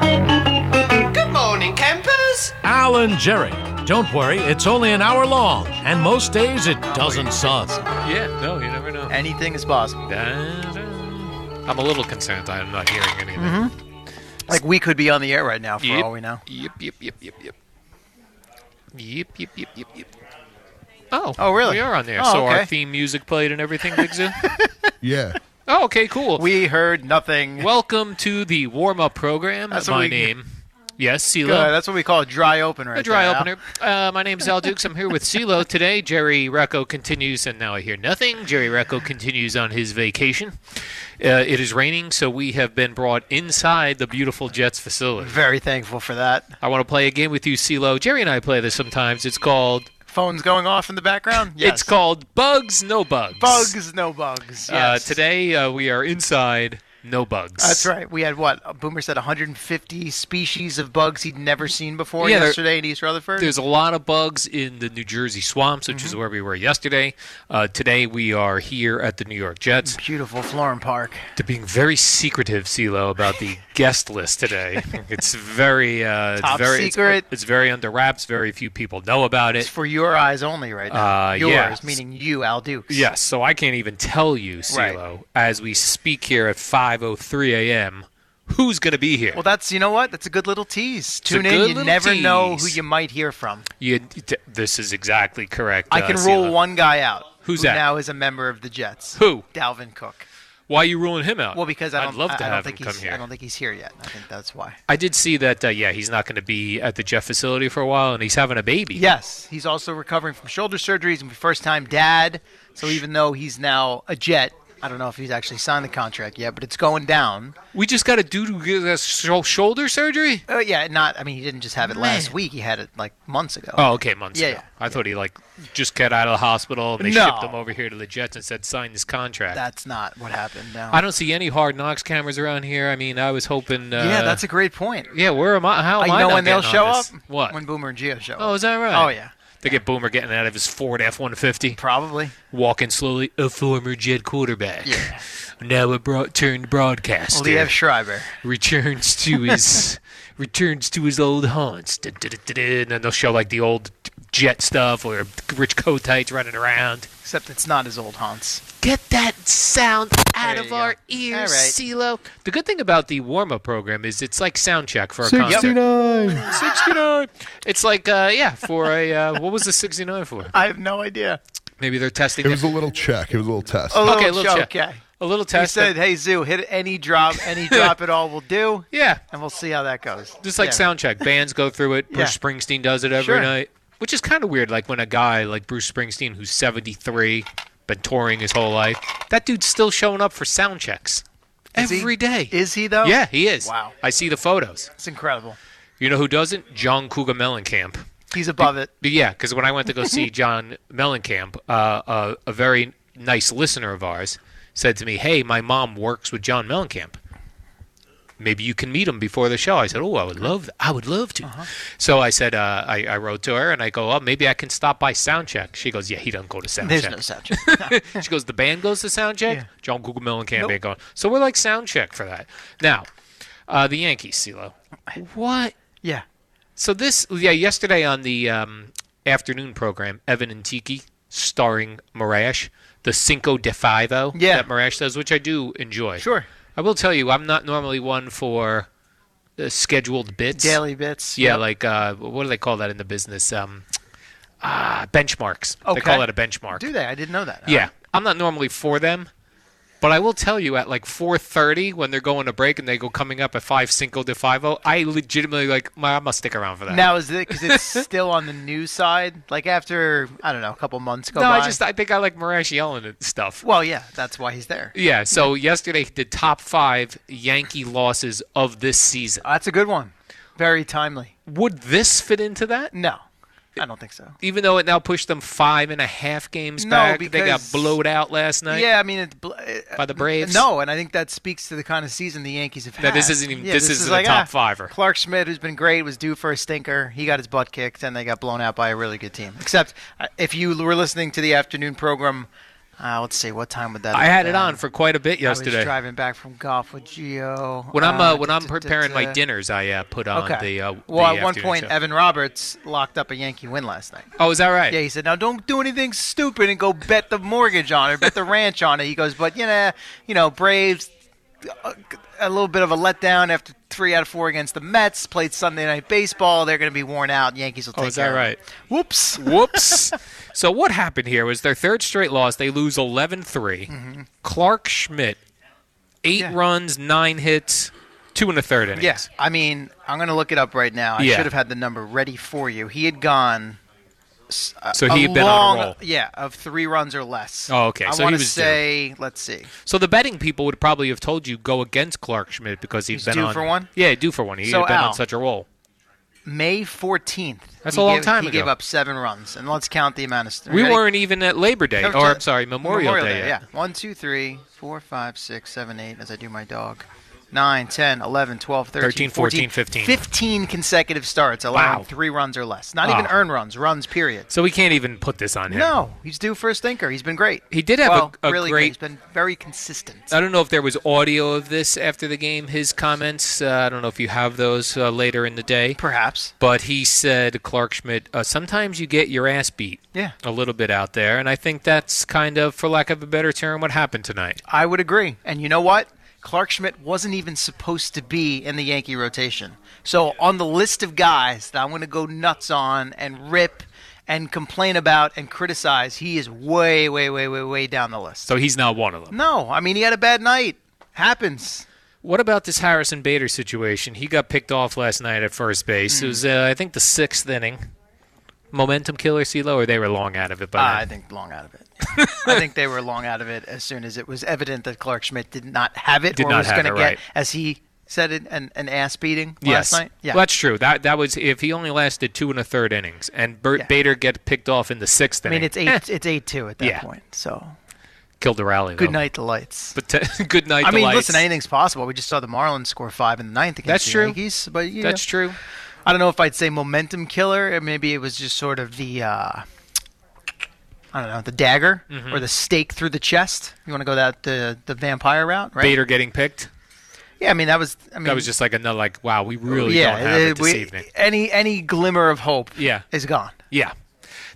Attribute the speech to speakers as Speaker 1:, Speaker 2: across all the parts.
Speaker 1: Good morning, campers.
Speaker 2: Alan Jerry. Don't worry, it's only an hour long, and most days it doesn't suck.
Speaker 3: Yeah, no, you never know.
Speaker 4: Anything is possible.
Speaker 3: Da-da. I'm a little concerned. I'm not hearing anything.
Speaker 4: Like we could be on the air right now for
Speaker 3: Yep,
Speaker 4: all Mm-hmm. we know.
Speaker 3: Yep, yep, yep, yep, yep. Yep, yep, yep, yep, yep. Oh,
Speaker 4: Oh, really?
Speaker 3: We are on there.
Speaker 4: Oh,
Speaker 3: so our
Speaker 4: okay.
Speaker 3: theme music played and everything, Big Zoo?
Speaker 5: Yeah.
Speaker 3: oh, okay, cool.
Speaker 4: We heard nothing.
Speaker 3: Welcome to the warm up program.
Speaker 4: That's what
Speaker 3: my
Speaker 4: we-
Speaker 3: name. Yes,
Speaker 4: Good.
Speaker 3: CeeLo.
Speaker 4: Uh, That's what we call a dry opener.
Speaker 3: A
Speaker 4: right
Speaker 3: dry
Speaker 4: there, Al.
Speaker 3: opener. Uh, my name's Al Dukes. I'm here with CeeLo today. Jerry Recco continues, and now I hear nothing. Jerry Recco continues on his vacation. Uh, it is raining, so we have been brought inside the beautiful Jets facility.
Speaker 4: Very thankful for that.
Speaker 3: I want to play a game with you, CeeLo. Jerry and I play this sometimes. It's called
Speaker 4: Phones going off in the background. Yes.
Speaker 3: It's called Bugs No Bugs.
Speaker 4: bugs, no bugs. Yes.
Speaker 3: Uh, today uh, we are inside No Bugs.
Speaker 4: That's right. We had what? Boomer said 150 species of bugs he'd never seen before
Speaker 3: Yeah, there-
Speaker 4: yesterday in East Rutherford.
Speaker 3: There's a lot of bugs in the New Jersey swamps, which
Speaker 4: Mm-hmm.
Speaker 3: is where we were yesterday. Uh, today we are here at the New York Jets.
Speaker 4: Beautiful Florham Park.
Speaker 3: They're being very secretive, CeeLo, about the guest list today. It's very, uh, it's
Speaker 4: Top
Speaker 3: very it's-
Speaker 4: secret.
Speaker 3: It's, very under wraps. Very few people know about
Speaker 4: It's
Speaker 3: it.
Speaker 4: for your eyes only right now.
Speaker 3: Uh,
Speaker 4: Yours,
Speaker 3: yes.
Speaker 4: meaning you, Al Dukes.
Speaker 3: Yes, so I can't even tell you,
Speaker 4: Right.
Speaker 3: CeeLo, as we speak here at 5:03 a.m. Who's going to be here?
Speaker 4: Well, that's you know what. That's a good little tease.
Speaker 3: a
Speaker 4: Tune in.
Speaker 3: good
Speaker 4: You
Speaker 3: little
Speaker 4: never know who
Speaker 3: tease.
Speaker 4: you might hear from.
Speaker 3: You- t- this is exactly correct.
Speaker 4: I
Speaker 3: uh,
Speaker 4: can rule
Speaker 3: CeeLo.
Speaker 4: one guy out.
Speaker 3: Who's
Speaker 4: who
Speaker 3: that?
Speaker 4: Now is a member of the Jets.
Speaker 3: Who?
Speaker 4: Dalvin Cook.
Speaker 3: Why are you ruling him out?
Speaker 4: Well, because I don't.
Speaker 3: would love to
Speaker 4: I, I
Speaker 3: have
Speaker 4: don't think
Speaker 3: him
Speaker 4: he's.
Speaker 3: come here.
Speaker 4: I don't think he's here yet. I think that's why.
Speaker 3: I did see that. Uh, yeah, he's not going to be at the Jeff facility for a while, and he's having a baby.
Speaker 4: Yes, he's also recovering from shoulder surgery. He's gonna be first-time dad. So even though he's now a Jet, I don't know if he's actually signed the contract yet, but it's going down.
Speaker 3: we just got a dude who gives us sho- shoulder surgery.
Speaker 4: Uh, yeah, not. I mean, he didn't just have it last week. He had it like months ago.
Speaker 3: Oh, okay, months
Speaker 4: Yeah,
Speaker 3: ago.
Speaker 4: yeah,
Speaker 3: I thought he like just got out of the hospital. and They
Speaker 4: No.
Speaker 3: shipped him over here to the Jets and said sign this contract.
Speaker 4: That's not what happened. No.
Speaker 3: I don't see any hard knocks cameras around here. I mean, I was hoping. Uh,
Speaker 4: yeah, that's a great point.
Speaker 3: yeah. Where am I? How
Speaker 4: Uh,
Speaker 3: am
Speaker 4: you
Speaker 3: I
Speaker 4: know
Speaker 3: not
Speaker 4: when they'll
Speaker 3: getting on
Speaker 4: show up?
Speaker 3: this? What?
Speaker 4: When Boomer and Gio show up.
Speaker 3: oh, is that right?
Speaker 4: Oh, yeah.
Speaker 3: They get Boomer getting out of his Ford F one fifty,
Speaker 4: Probably.
Speaker 3: walking slowly, a former Jet quarterback.
Speaker 4: Yeah.
Speaker 3: Now a bro- turned broadcaster.
Speaker 4: Liev Schreiber.
Speaker 3: returns to his returns to his old haunts. Da, da, da, da, da. And then they'll show like the old jet stuff or Rich Cotites running around.
Speaker 4: Except it's not his old haunts.
Speaker 3: Get that sound out
Speaker 4: There
Speaker 3: of
Speaker 4: you
Speaker 3: our
Speaker 4: go.
Speaker 3: ears,
Speaker 4: All right.
Speaker 3: CeeLo. The good thing about the warm-up program is it's like sound check for a concert.
Speaker 5: 69.
Speaker 3: 69. It's like, uh, yeah, for a, uh, what was the 69 for?
Speaker 4: I have no idea.
Speaker 3: Maybe they're testing
Speaker 5: It was a little check. It was a little test.
Speaker 4: A
Speaker 3: Okay,
Speaker 4: little
Speaker 3: little
Speaker 4: show,
Speaker 3: check.
Speaker 4: Oh, okay.
Speaker 3: a little
Speaker 4: He
Speaker 3: test.
Speaker 4: said,
Speaker 3: that-
Speaker 4: "Hey Zoo, hit any drop, any drop at all will do,
Speaker 3: yeah,
Speaker 4: and we'll see how that goes."
Speaker 3: just like
Speaker 4: Yeah.
Speaker 3: sound check. Bands go through it. Bruce
Speaker 4: Yeah.
Speaker 3: Springsteen does it every
Speaker 4: Sure.
Speaker 3: night, which is kind of weird. Like when a guy like Bruce Springsteen, who's 73, been touring his whole life, that dude's still showing up for sound checks
Speaker 4: Is he-
Speaker 3: every day.
Speaker 4: Is he though?
Speaker 3: yeah, he is.
Speaker 4: Wow.
Speaker 3: I see the photos.
Speaker 4: it's incredible.
Speaker 3: You know who doesn't? John Cougar Mellencamp.
Speaker 4: He's above it.
Speaker 3: But yeah, because when I went to go see John Mellencamp, uh, uh, a very nice listener of ours said to me, "Hey, my mom works with John Mellencamp. Maybe you can meet him before the show." I said, "Oh, I would love, I would love to."
Speaker 4: Uh-huh.
Speaker 3: So I said, uh, I, I wrote to her and I go, "Oh, maybe I can stop by soundcheck." She goes, "Yeah, he doesn't go to
Speaker 4: There's
Speaker 3: soundcheck."
Speaker 4: no sound check.
Speaker 3: she goes, "The band goes to soundcheck.
Speaker 4: Yeah.
Speaker 3: John Cougar Mellencamp
Speaker 4: Nope.
Speaker 3: ain't going." So we're like soundcheck for that. Now, uh, the Yankees, CeeLo. What
Speaker 4: yeah,
Speaker 3: so this, yeah, yesterday on the um, afternoon program, Evan and Tiki, starring Marash, the Cinco de Fivo
Speaker 4: Yeah.
Speaker 3: that Marash does, which I do enjoy.
Speaker 4: Sure.
Speaker 3: I will tell you, I'm not normally one for uh, scheduled bits.
Speaker 4: daily bits.
Speaker 3: Yeah,
Speaker 4: Yep.
Speaker 3: like uh, what do they call that in the business? Um, uh, benchmarks. They
Speaker 4: Okay.
Speaker 3: call it a benchmark.
Speaker 4: Do they? I didn't know that.
Speaker 3: Yeah, I'm not normally for them, but I will tell you at like 4:30 when they're going to break and they go coming up at five Cinco de Five-O, I legitimately like my, I must stick around for that.
Speaker 4: Oh. Now is it because it's still on the news side? Like after I don't know, a couple months go
Speaker 3: no,
Speaker 4: by.
Speaker 3: I just I think I like Marash yelling at stuff.
Speaker 4: well, yeah, that's why he's there.
Speaker 3: Yeah, so yesterday he did top five Yankee losses of this season.
Speaker 4: That's a good one. Very timely.
Speaker 3: Would this fit into that?
Speaker 4: No, I don't think so.
Speaker 3: Even though it now pushed them five and a half games
Speaker 4: No,
Speaker 3: back, they got
Speaker 4: because-
Speaker 3: blowed out last night
Speaker 4: Yeah, I mean, it's bl- uh,
Speaker 3: by the Braves.
Speaker 4: no, and I think that speaks to the kind of season the Yankees have
Speaker 3: That
Speaker 4: had.
Speaker 3: this isn't even-
Speaker 4: yeah,
Speaker 3: this
Speaker 4: is
Speaker 3: isn't a
Speaker 4: like,
Speaker 3: top
Speaker 4: ah,
Speaker 3: fiver.
Speaker 4: Clark Schmidt, who's been great, was due for a stinker. He got his butt kicked, and they got blown out by a really good team. Except uh, if you were listening to the afternoon program, uh, let's see, what time would that?
Speaker 3: I
Speaker 4: have
Speaker 3: had it
Speaker 4: been?
Speaker 3: on for quite a bit
Speaker 4: I was
Speaker 3: yesterday.
Speaker 4: driving back from golf with Gio.
Speaker 3: When I'm uh, when
Speaker 4: da-
Speaker 3: I'm
Speaker 4: da- da-
Speaker 3: preparing my
Speaker 4: da.
Speaker 3: dinners, I uh, put on
Speaker 4: Okay.
Speaker 3: the uh,
Speaker 4: well,
Speaker 3: the
Speaker 4: at one
Speaker 3: afternoon
Speaker 4: point,
Speaker 3: show.
Speaker 4: Evan Roberts locked up a Yankee win last night.
Speaker 3: oh, is that right?
Speaker 4: Yeah, he said, "Now don't do anything stupid and go bet the mortgage on it, bet the ranch on it." He goes, "But you know, you know, Braves uh, a little bit of a letdown after three out of four against the Mets. Played Sunday night baseball. They're going to be worn out. Yankees will take
Speaker 3: oh, is that
Speaker 4: care of it."
Speaker 3: right?
Speaker 4: Whoops.
Speaker 3: Whoops. so what happened here was their third straight loss. They lose 11-3. Clark Schmidt, eight
Speaker 4: Yeah.
Speaker 3: runs, nine hits, two and a third innings.
Speaker 4: Yes, I mean, I'm going to look it up right now. I
Speaker 3: Yeah.
Speaker 4: should have had the number ready for you. He had gone.
Speaker 3: So he
Speaker 4: a
Speaker 3: had been
Speaker 4: long,
Speaker 3: on a roll.
Speaker 4: Yeah, of three runs or less.
Speaker 3: Oh, okay,
Speaker 4: I
Speaker 3: so he
Speaker 4: want to
Speaker 3: was due.
Speaker 4: say, let's see.
Speaker 3: So the betting people would probably have told you go against Clark Schmidt because he's
Speaker 4: He's
Speaker 3: been
Speaker 4: due
Speaker 3: on
Speaker 4: for one?
Speaker 3: Yeah, due for one. He
Speaker 4: So,
Speaker 3: had been
Speaker 4: Al,
Speaker 3: on such a roll.
Speaker 4: May 14th.
Speaker 3: That's
Speaker 4: he
Speaker 3: a long
Speaker 4: gave,
Speaker 3: time
Speaker 4: He
Speaker 3: ago.
Speaker 4: gave up seven runs, and let's count the amount of. St-
Speaker 3: We
Speaker 4: ready?
Speaker 3: weren't even at Labor Day,
Speaker 4: Count
Speaker 3: or
Speaker 4: to-
Speaker 3: I'm sorry, Memorial, Day. yet.
Speaker 4: Yeah. One, two, three, four, five, six, seven, eight. As I do my dog. 9, 10, 11, 12, 13,
Speaker 3: 13, 14, 15.
Speaker 4: 15 consecutive starts, allowing
Speaker 3: Wow. Ah.
Speaker 4: three runs or less. Not
Speaker 3: Wow.
Speaker 4: even earned runs, runs, period.
Speaker 3: So we can't even put this on him.
Speaker 4: No, he's due for a stinker. He's been great.
Speaker 3: He did have a-
Speaker 4: well,
Speaker 3: a
Speaker 4: really
Speaker 3: great- Uh,
Speaker 4: Good. He's been very consistent.
Speaker 3: I don't know if there was audio of this after the game, his comments. Uh, I don't know if you have those uh, later in the day.
Speaker 4: Perhaps.
Speaker 3: But he said, Clark Schmidt, uh, sometimes you get your ass beat
Speaker 4: Yeah.
Speaker 3: a little bit out there. And I think that's kind of, for lack of a better term, what happened tonight.
Speaker 4: I would agree. And you know what? Clark Schmidt wasn't even supposed to be in the Yankee rotation. So on the list of guys that I'm going to go nuts on and rip and complain about and criticize, he is way, way, way, way, way down the list.
Speaker 3: So he's not one of them.
Speaker 4: No, I mean he had a bad night. Happens.
Speaker 3: What about this Harrison Bader situation? He got picked off last night at first
Speaker 4: Hmm.
Speaker 3: base. It was, uh, I think, the sixth inning. Momentum killer, CeeLo, or they were long out of it by
Speaker 4: Uh, I
Speaker 3: then?
Speaker 4: think long out of it. I think they were long out of it as soon as it was evident that Clark Schmidt did not have it
Speaker 3: Did
Speaker 4: or
Speaker 3: not
Speaker 4: was
Speaker 3: have
Speaker 4: going
Speaker 3: it,
Speaker 4: to get,
Speaker 3: right.
Speaker 4: as he said it, an, an ass beating
Speaker 3: yes.
Speaker 4: last night. Yeah.
Speaker 3: Well, that's true. That that was if he only lasted two and a third innings, and Bert
Speaker 4: Yeah.
Speaker 3: Bader get picked off in the sixth
Speaker 4: I
Speaker 3: inning.
Speaker 4: mean it's eight.
Speaker 3: Eh,
Speaker 4: It's eight two at that
Speaker 3: Yeah.
Speaker 4: point. So
Speaker 3: killed the rally.
Speaker 4: good
Speaker 3: though.
Speaker 4: night, the lights.
Speaker 3: But t- good night.
Speaker 4: I mean,
Speaker 3: delights.
Speaker 4: listen, anything's possible. We just saw the Marlins score five in the ninth against
Speaker 3: That's
Speaker 4: the
Speaker 3: true.
Speaker 4: Yankees, but you
Speaker 3: That's
Speaker 4: know,
Speaker 3: true.
Speaker 4: I don't know if I'd say momentum killer. Or maybe it was just sort of the, uh, I don't know, the dagger
Speaker 3: Mm-hmm.
Speaker 4: or the stake through the chest. You want to go that the the vampire route, right?
Speaker 3: Bader getting picked.
Speaker 4: Yeah, I mean that was. I mean
Speaker 3: That was just like another like, wow, we really
Speaker 4: yeah.
Speaker 3: don't have it
Speaker 4: uh,
Speaker 3: this
Speaker 4: we-
Speaker 3: evening.
Speaker 4: Any any glimmer of hope,
Speaker 3: Yeah.
Speaker 4: is gone.
Speaker 3: Yeah.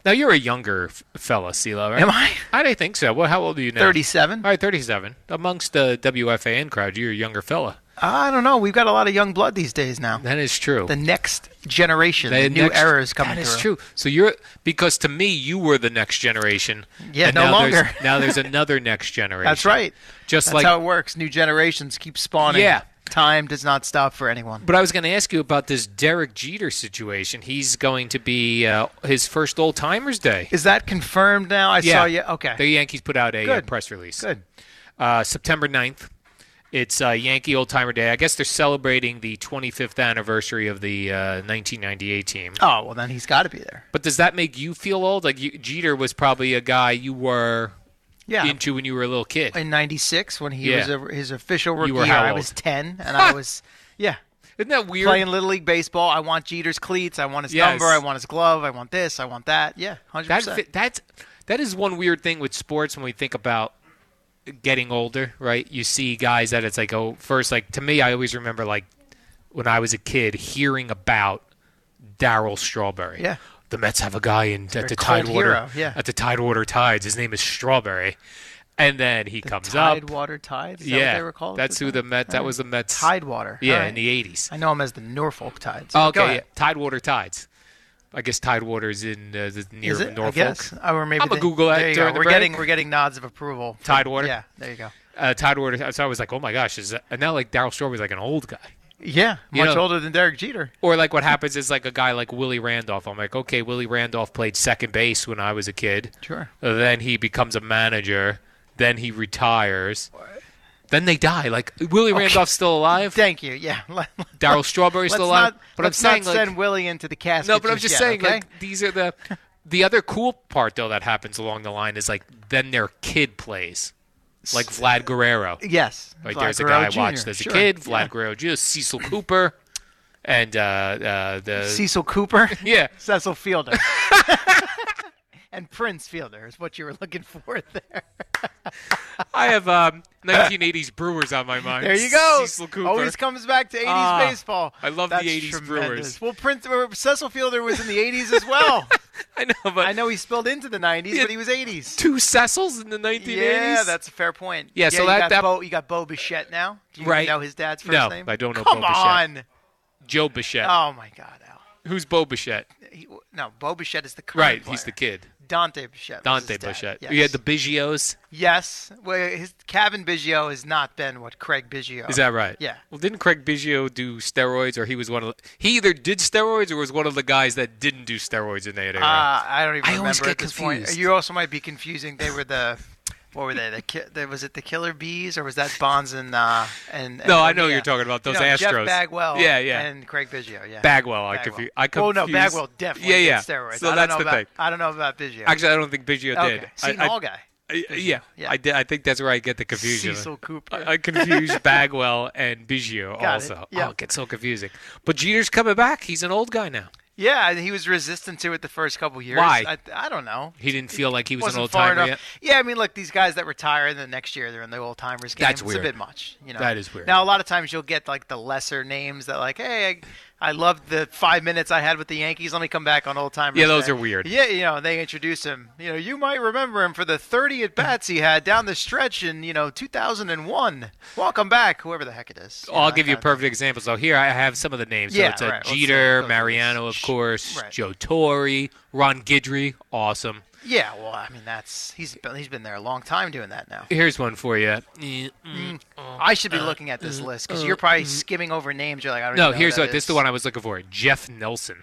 Speaker 3: Now you're a younger f- fella, CeeLo, right?
Speaker 4: Am I?
Speaker 3: I don't think so. Well, how old are you now?
Speaker 4: Thirty-seven.
Speaker 3: All right, 37. Amongst the WFAN crowd, you're a younger fella.
Speaker 4: I don't know. We've got a lot of young blood these days now.
Speaker 3: That is true.
Speaker 4: The next generation, the, new
Speaker 3: next-
Speaker 4: era is coming
Speaker 3: That
Speaker 4: through.
Speaker 3: is true. So you're because to me you were the next generation.
Speaker 4: Yeah,
Speaker 3: and
Speaker 4: no
Speaker 3: now there's-
Speaker 4: longer.
Speaker 3: now there's another next generation.
Speaker 4: That's right.
Speaker 3: Just
Speaker 4: That's
Speaker 3: like
Speaker 4: how it works. New generations keep spawning.
Speaker 3: Yeah.
Speaker 4: Time does not stop for anyone.
Speaker 3: But I was going to ask you about this Derek Jeter situation. He's going to be uh, his first Old Timers Day.
Speaker 4: Is that confirmed now? I saw you. Okay.
Speaker 3: The Yankees put out a uh,
Speaker 4: Good.
Speaker 3: press release.
Speaker 4: Good.
Speaker 3: Uh, September 9th. It's uh, Yankee Old Timer Day. I guess they're celebrating the 25th anniversary of the uh, 1998 team.
Speaker 4: Oh, well, then he's got to be there.
Speaker 3: But does that make you feel old? Like you, Jeter was probably a guy you were
Speaker 4: Yeah.
Speaker 3: into when you were a little kid.
Speaker 4: In 96, when he
Speaker 3: Yeah.
Speaker 4: was a, his official rookie
Speaker 3: were
Speaker 4: year,
Speaker 3: how
Speaker 4: I
Speaker 3: old?
Speaker 4: was 10, and I was, yeah,
Speaker 3: Isn't that weird?
Speaker 4: playing Little League Baseball. I want Jeter's cleats. I want his
Speaker 3: Yes.
Speaker 4: number. I want his glove. I want this. I want that. Yeah, 100%.
Speaker 3: That fi- that's that is one weird thing with sports when we think about getting older, right? You see guys that it's like oh, first like to me, I always remember like when I was a kid hearing about Daryl Strawberry.
Speaker 4: Yeah.
Speaker 3: the Mets have a guy in at the
Speaker 4: cult
Speaker 3: Tidewater
Speaker 4: hero, yeah.
Speaker 3: at the Tidewater Tides. His name is Strawberry, and then he comes up.
Speaker 4: Tidewater Tides? Is that
Speaker 3: yeah,
Speaker 4: what they were called? at
Speaker 3: that's
Speaker 4: the
Speaker 3: who the
Speaker 4: time?
Speaker 3: Met. That was the Mets.
Speaker 4: Tidewater.
Speaker 3: Yeah,
Speaker 4: All right.
Speaker 3: in the eighties.
Speaker 4: I know him as the Norfolk Tides.
Speaker 3: Oh,
Speaker 4: Go
Speaker 3: okay, yeah.
Speaker 4: ahead.
Speaker 3: Tidewater Tides. I guess Tidewater's in uh, the, near
Speaker 4: Is it?
Speaker 3: Norfolk.
Speaker 4: I guess. Oh, Or maybe
Speaker 3: I'm a
Speaker 4: they-
Speaker 3: Google that
Speaker 4: There you go.
Speaker 3: during the
Speaker 4: We're
Speaker 3: break.
Speaker 4: getting we're getting nods of approval. from-
Speaker 3: Tidewater?
Speaker 4: Yeah. There you go.
Speaker 3: Uh, Tidewater. So I was like, oh my gosh, is that, and now like Daryl Strawberry's like an old guy.
Speaker 4: Yeah.
Speaker 3: You
Speaker 4: Much
Speaker 3: know-
Speaker 4: older than Derek Jeter.
Speaker 3: Or like what happens is like a guy like Willie Randolph. I'm like, okay, Willie Randolph played second base when I was a kid.
Speaker 4: Sure.
Speaker 3: Uh, Then he becomes a manager. Then he retires. Then they die. Like Willie Randolph's still alive.
Speaker 4: Thank you. Yeah. Let-
Speaker 3: Daryl Strawberry's
Speaker 4: Let's
Speaker 3: still alive.
Speaker 4: not,
Speaker 3: but
Speaker 4: let's
Speaker 3: I'm saying
Speaker 4: not
Speaker 3: like,
Speaker 4: send Willie into the casket.
Speaker 3: No, but I'm just
Speaker 4: yet,
Speaker 3: saying,
Speaker 4: okay?
Speaker 3: like these are the the other cool part though that happens along the line is like then their kid plays, like Vlad Guerrero.
Speaker 4: yes.
Speaker 3: Like
Speaker 4: Vlad
Speaker 3: there's a
Speaker 4: Guerrero
Speaker 3: guy
Speaker 4: Jr.,
Speaker 3: I watched as a
Speaker 4: sure.
Speaker 3: kid, Vlad Guerrero Jr., Cecil Cooper, and uh, uh, the
Speaker 4: Cecil Cooper.
Speaker 3: yeah.
Speaker 4: Cecil Fielder. and Prince Fielder is what you were looking for there.
Speaker 3: I have um, 1980s Brewers on my mind.
Speaker 4: There you go.
Speaker 3: Cecil Cooper.
Speaker 4: Always Oh, comes back to 80s
Speaker 3: Ah,
Speaker 4: baseball.
Speaker 3: I love the
Speaker 4: That's
Speaker 3: 80s Brewers.
Speaker 4: tremendous. Well, Prince or Cecil Fielder was in the 80s as well.
Speaker 3: I know, but
Speaker 4: I know he spilled into the 90s,
Speaker 3: Yeah.
Speaker 4: but he was 80s.
Speaker 3: two Cecils in the 1980s.
Speaker 4: Yeah, that's a fair point.
Speaker 3: Yeah, so
Speaker 4: you
Speaker 3: that-
Speaker 4: got
Speaker 3: that-
Speaker 4: Bo, you got Bo Bichette now. Do you
Speaker 3: Right.
Speaker 4: know his dad's first
Speaker 3: No,
Speaker 4: name?
Speaker 3: I don't know
Speaker 4: Come
Speaker 3: Bo Bichette.
Speaker 4: on.
Speaker 3: Joe Bichette.
Speaker 4: Oh my God, Al.
Speaker 3: Who's Bo Bichette?
Speaker 4: He, no, Bo Bichette is the current
Speaker 3: Right,
Speaker 4: player.
Speaker 3: he's the kid.
Speaker 4: Dante Bichette. was
Speaker 3: Dante
Speaker 4: his dad,
Speaker 3: Bichette.
Speaker 4: Yes.
Speaker 3: You had the Bigios.
Speaker 4: Yes. Well, his Kevin Biggio has not been what Craig Biggio.
Speaker 3: Is that right?
Speaker 4: Yeah.
Speaker 3: Well, didn't Craig Biggio do steroids, or he was one of the, he either did steroids or was one of the guys that didn't do steroids in that
Speaker 4: Uh,
Speaker 3: era?
Speaker 4: I don't even
Speaker 3: I
Speaker 4: remember
Speaker 3: always
Speaker 4: at
Speaker 3: get
Speaker 4: this point.
Speaker 3: confused.
Speaker 4: You also might be confusing. They were the. What were they? The, ki- the was it the Killer Bees or was that Bonds and uh, and, and
Speaker 3: No, I know
Speaker 4: Bonilla?
Speaker 3: you're talking about
Speaker 4: You
Speaker 3: those
Speaker 4: know, Jeff
Speaker 3: Astros.
Speaker 4: Bagwell.
Speaker 3: Yeah, yeah.
Speaker 4: And Craig Biggio. Yeah.
Speaker 3: Bagwell, I confu- I
Speaker 4: Oh no,
Speaker 3: confuse-
Speaker 4: Bagwell definitely
Speaker 3: Yeah,
Speaker 4: did
Speaker 3: yeah.
Speaker 4: steroids.
Speaker 3: So
Speaker 4: I don't
Speaker 3: that's
Speaker 4: know
Speaker 3: the
Speaker 4: about,
Speaker 3: thing.
Speaker 4: I don't know about Biggio.
Speaker 3: Actually, I don't think Biggio
Speaker 4: okay.
Speaker 3: did.
Speaker 4: Seton
Speaker 3: I, I,
Speaker 4: Hall guy.
Speaker 3: I- yeah,
Speaker 4: Yeah.
Speaker 3: I did. I think that's where I get the confusion.
Speaker 4: Cecil Cooper.
Speaker 3: I, I confuse Bagwell and Biggio
Speaker 4: Got it.
Speaker 3: also.
Speaker 4: Yeah.
Speaker 3: Oh, it gets so confusing. But Jeter's coming back. He's an old guy now.
Speaker 4: Yeah, and he was resistant to it the first couple years.
Speaker 3: Why?
Speaker 4: I, I don't know.
Speaker 3: He didn't feel like he was
Speaker 4: wasn't
Speaker 3: an old
Speaker 4: far
Speaker 3: timer yet.
Speaker 4: enough. Yeah, I mean, look, these guys that retire and the next year they're in the old timers game.
Speaker 3: That's
Speaker 4: it's
Speaker 3: weird.
Speaker 4: a bit much. You know,
Speaker 3: That is weird.
Speaker 4: Now a lot of times you'll get like the lesser names that like, hey, I, I loved the five minutes I had with the Yankees. Let me come back on old timers.
Speaker 3: Yeah, those
Speaker 4: Day.
Speaker 3: are weird.
Speaker 4: Yeah, you know, they introduce him. You know, you might remember him for the 30 at bats he had down the stretch in you know 2001. Welcome back, whoever the heck it is.
Speaker 3: Oh, I'll
Speaker 4: know,
Speaker 3: give you
Speaker 4: that
Speaker 3: a
Speaker 4: kind
Speaker 3: perfect example. So here I have some of the names.
Speaker 4: Yeah,
Speaker 3: so it's a
Speaker 4: right. Let's
Speaker 3: Jeter,
Speaker 4: go through
Speaker 3: Mariano,
Speaker 4: this.
Speaker 3: of course,
Speaker 4: Right.
Speaker 3: Joe Torre, Ron Guidry. Awesome.
Speaker 4: of thing. Yeah, well, I mean, that's he's been, he's been there a long time doing that now.
Speaker 3: Here's one for you. Mm, mm.
Speaker 4: I should be looking at this list because you're probably skimming over names. You're like, I don't even
Speaker 3: No,
Speaker 4: know
Speaker 3: here's
Speaker 4: who
Speaker 3: what.
Speaker 4: that
Speaker 3: This is the
Speaker 4: is.
Speaker 3: one I was looking for. Jeff Nelson.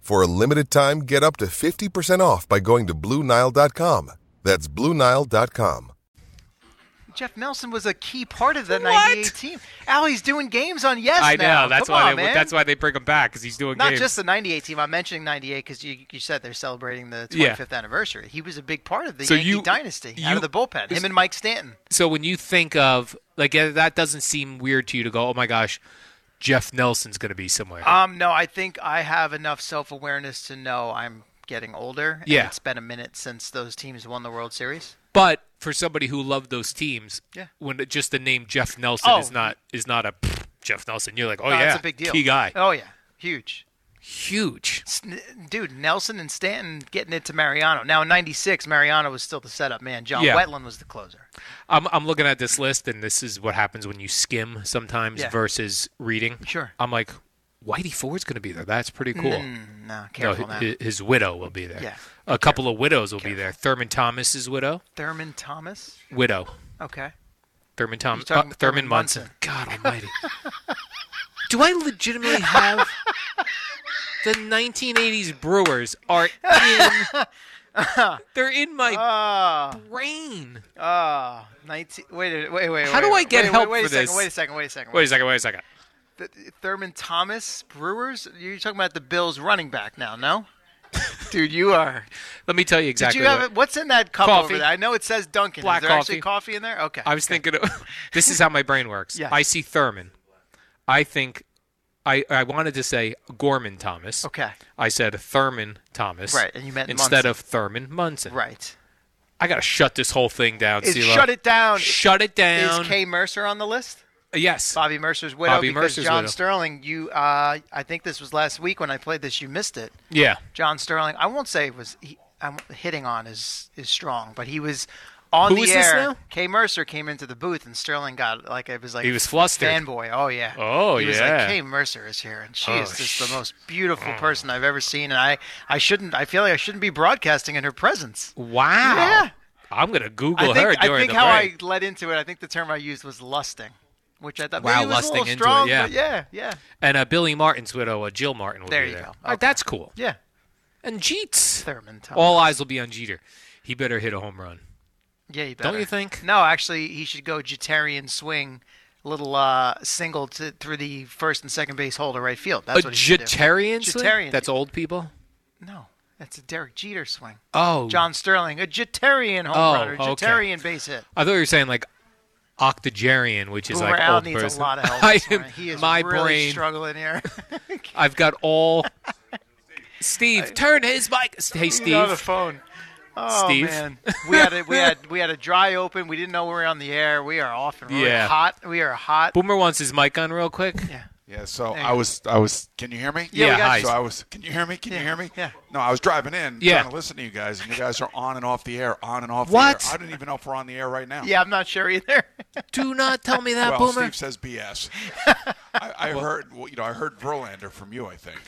Speaker 6: For a limited time, get up to 50% off by going to Blue Nile.com. That's Blue Nile.com.
Speaker 4: Jeff Nelson was a key part of the
Speaker 3: What?
Speaker 4: '98 team. Al, he's doing games on Yes
Speaker 3: I know.
Speaker 4: now.
Speaker 3: That's
Speaker 4: Come
Speaker 3: why.
Speaker 4: on,
Speaker 3: they,
Speaker 4: man.
Speaker 3: That's why they bring him back because he's doing
Speaker 4: Not
Speaker 3: games.
Speaker 4: just the '98 team. I'm mentioning '98 because you, you said they're celebrating the 25th
Speaker 3: Yeah.
Speaker 4: anniversary. He was a big part of the
Speaker 3: So
Speaker 4: Yankee
Speaker 3: you-
Speaker 4: dynasty out
Speaker 3: you-
Speaker 4: of the bullpen. Him and Mike Stanton.
Speaker 3: so when you think of like eh, that, doesn't seem weird to you to go, oh my gosh, Jeff Nelson's going to be somewhere.
Speaker 4: Um, no, I think I have enough self-awareness to know I'm getting older. and
Speaker 3: Yeah.
Speaker 4: it's been a minute since those teams won the World Series.
Speaker 3: but for somebody who loved those teams,
Speaker 4: Yeah.
Speaker 3: when it- just the name Jeff Nelson
Speaker 4: Oh.
Speaker 3: is not is not a pff, Jeff Nelson, you're like, oh
Speaker 4: No,
Speaker 3: yeah,
Speaker 4: it's a big deal.
Speaker 3: key guy.
Speaker 4: Oh yeah, huge.
Speaker 3: Huge.
Speaker 4: Dude, Nelson and Stanton getting it to Mariano. Now in 96, Mariano was still the setup man. John
Speaker 3: Yeah.
Speaker 4: Wetland was the closer.
Speaker 3: I'm, I'm looking at this list, and this is what happens when you skim sometimes
Speaker 4: Yeah.
Speaker 3: versus reading.
Speaker 4: Sure.
Speaker 3: I'm like, Whitey Ford's going to be there. That's pretty cool.
Speaker 4: Mm, no, careful
Speaker 3: hi-
Speaker 4: now.
Speaker 3: hi- His widow will be there.
Speaker 4: Yeah.
Speaker 3: A couple of widows will be there. Thurman Thomas's widow.
Speaker 4: Thurman Thomas?
Speaker 3: Widow.
Speaker 4: Okay.
Speaker 3: Thurman Thomas.
Speaker 4: You're talking
Speaker 3: Thurman,
Speaker 4: about Thurman
Speaker 3: Munson.
Speaker 4: Munson.
Speaker 3: God almighty. Do I legitimately have the 1980s Brewers are in? They're in my brain.
Speaker 4: Ah, 19 Wait, a- wait, wait.
Speaker 3: How
Speaker 4: wait,
Speaker 3: do I
Speaker 4: wait,
Speaker 3: get
Speaker 4: wait,
Speaker 3: help
Speaker 4: wait,
Speaker 3: for
Speaker 4: a second,
Speaker 3: this?
Speaker 4: Wait a second. Wait a second.
Speaker 3: Wait a second. Wait a second.
Speaker 4: Th- Thurman Thomas Brewers? You're talking about the Bills running back now, no? Dude, you are.
Speaker 3: Let me tell you exactly.
Speaker 4: Did you have
Speaker 3: what-
Speaker 4: it? What's in that cup
Speaker 3: Coffee.
Speaker 4: over there? I know it says Dunkin'.
Speaker 3: Black
Speaker 4: Is there actually coffee in there? Okay.
Speaker 3: I was thinking, of, this is how my brain works.
Speaker 4: Yeah.
Speaker 3: I see Thurman. I think, I, I wanted to say Gorman Thomas.
Speaker 4: Okay.
Speaker 3: I said Thurman Thomas.
Speaker 4: Right, and you meant
Speaker 3: instead
Speaker 4: Munson.
Speaker 3: of Thurman Munson.
Speaker 4: Right.
Speaker 3: I gotta shut this whole thing down.
Speaker 4: Is
Speaker 3: CeeLo.
Speaker 4: shut it down.
Speaker 3: Shut it down.
Speaker 4: Is Kay Mercer on the list?
Speaker 3: yes.
Speaker 4: Bobby Mercer's widow.
Speaker 3: Bobby
Speaker 4: because
Speaker 3: Mercer's
Speaker 4: John
Speaker 3: widow.
Speaker 4: Sterling, you, uh, I think this was last week when I played this. You missed it.
Speaker 3: Yeah.
Speaker 4: John Sterling. I won't say it was he, I'm hitting on is is strong, but he was on
Speaker 3: Who
Speaker 4: the
Speaker 3: is this
Speaker 4: air.
Speaker 3: now?
Speaker 4: Kay Mercer came into the booth and Sterling got like it was like
Speaker 3: He was flustered.
Speaker 4: fanboy. Oh yeah.
Speaker 3: Oh,
Speaker 4: he was
Speaker 3: yeah.
Speaker 4: like Kay Mercer is here and she
Speaker 3: Oh,
Speaker 4: is just
Speaker 3: sh- Hmm.
Speaker 4: the most beautiful person I've ever seen and I I shouldn't I feel like I shouldn't be broadcasting in her presence.
Speaker 3: Wow.
Speaker 4: Yeah.
Speaker 3: I'm gonna Google
Speaker 4: I think,
Speaker 3: her during
Speaker 4: I think
Speaker 3: the
Speaker 4: how
Speaker 3: break.
Speaker 4: I led into it, I think the term I used was lusting, which I thought
Speaker 3: Wow,
Speaker 4: maybe was
Speaker 3: lusting
Speaker 4: a little
Speaker 3: into it,
Speaker 4: strong,
Speaker 3: yeah.
Speaker 4: but yeah, yeah,
Speaker 3: And uh, Billy Martin's widow, uh, Jill Martin, will
Speaker 4: There
Speaker 3: be
Speaker 4: you
Speaker 3: there.
Speaker 4: go.
Speaker 3: All right, that's cool.
Speaker 4: yeah.
Speaker 3: And Jeets.
Speaker 4: Thurman Thomas.
Speaker 3: All eyes will be on Jeter. He better hit a home run.
Speaker 4: Yeah, you
Speaker 3: Don't
Speaker 4: better.
Speaker 3: you think?
Speaker 4: No, actually, he should go Jitarian swing, little uh, single to through the first and second base hole to right field. That's
Speaker 3: a
Speaker 4: what he should do.
Speaker 3: Jeterian swing?
Speaker 4: Jeterian.
Speaker 3: That's old people.
Speaker 4: no, that's a Derek Jeter swing.
Speaker 3: Oh.
Speaker 4: John Sterling, a Jitarian home
Speaker 3: Oh,
Speaker 4: run or
Speaker 3: okay.
Speaker 4: Jitarian base hit.
Speaker 3: I thought you were saying like octogenarian, which is
Speaker 4: Boomer
Speaker 3: like
Speaker 4: Al
Speaker 3: old
Speaker 4: needs
Speaker 3: person.
Speaker 4: a lot of help.
Speaker 3: I
Speaker 4: this
Speaker 3: am,
Speaker 4: morning. he is
Speaker 3: my
Speaker 4: really
Speaker 3: brain.
Speaker 4: struggling here.
Speaker 3: I've got all. Steve, turn his mic. Hey, Steve.
Speaker 4: on the phone. Oh
Speaker 3: Steve.
Speaker 4: man, we had a, we had we had a dry open. We didn't know we were on the air. We are off and running.
Speaker 3: Yeah.
Speaker 4: hot. We are hot.
Speaker 3: Boomer wants his mic on real quick.
Speaker 4: Yeah.
Speaker 7: Yeah, so
Speaker 4: There you
Speaker 7: I
Speaker 4: go.
Speaker 7: was, I was. Can you hear me?
Speaker 4: Yeah, we Yeah, got hi. you.
Speaker 7: So I was. Can you hear me? Can you hear me?
Speaker 4: Yeah.
Speaker 7: No, I was driving in,
Speaker 3: Yeah.
Speaker 7: trying to listen to you guys, and you guys are on and off the air, on and off.
Speaker 3: What?
Speaker 7: The air. I don't even know if we're on the air right now.
Speaker 4: Yeah, I'm not sure either.
Speaker 3: Do not tell me that,
Speaker 7: Well,
Speaker 3: Boomer.
Speaker 7: Steve says BS. I, I heard, well, you know, I heard Verlander from you. I think.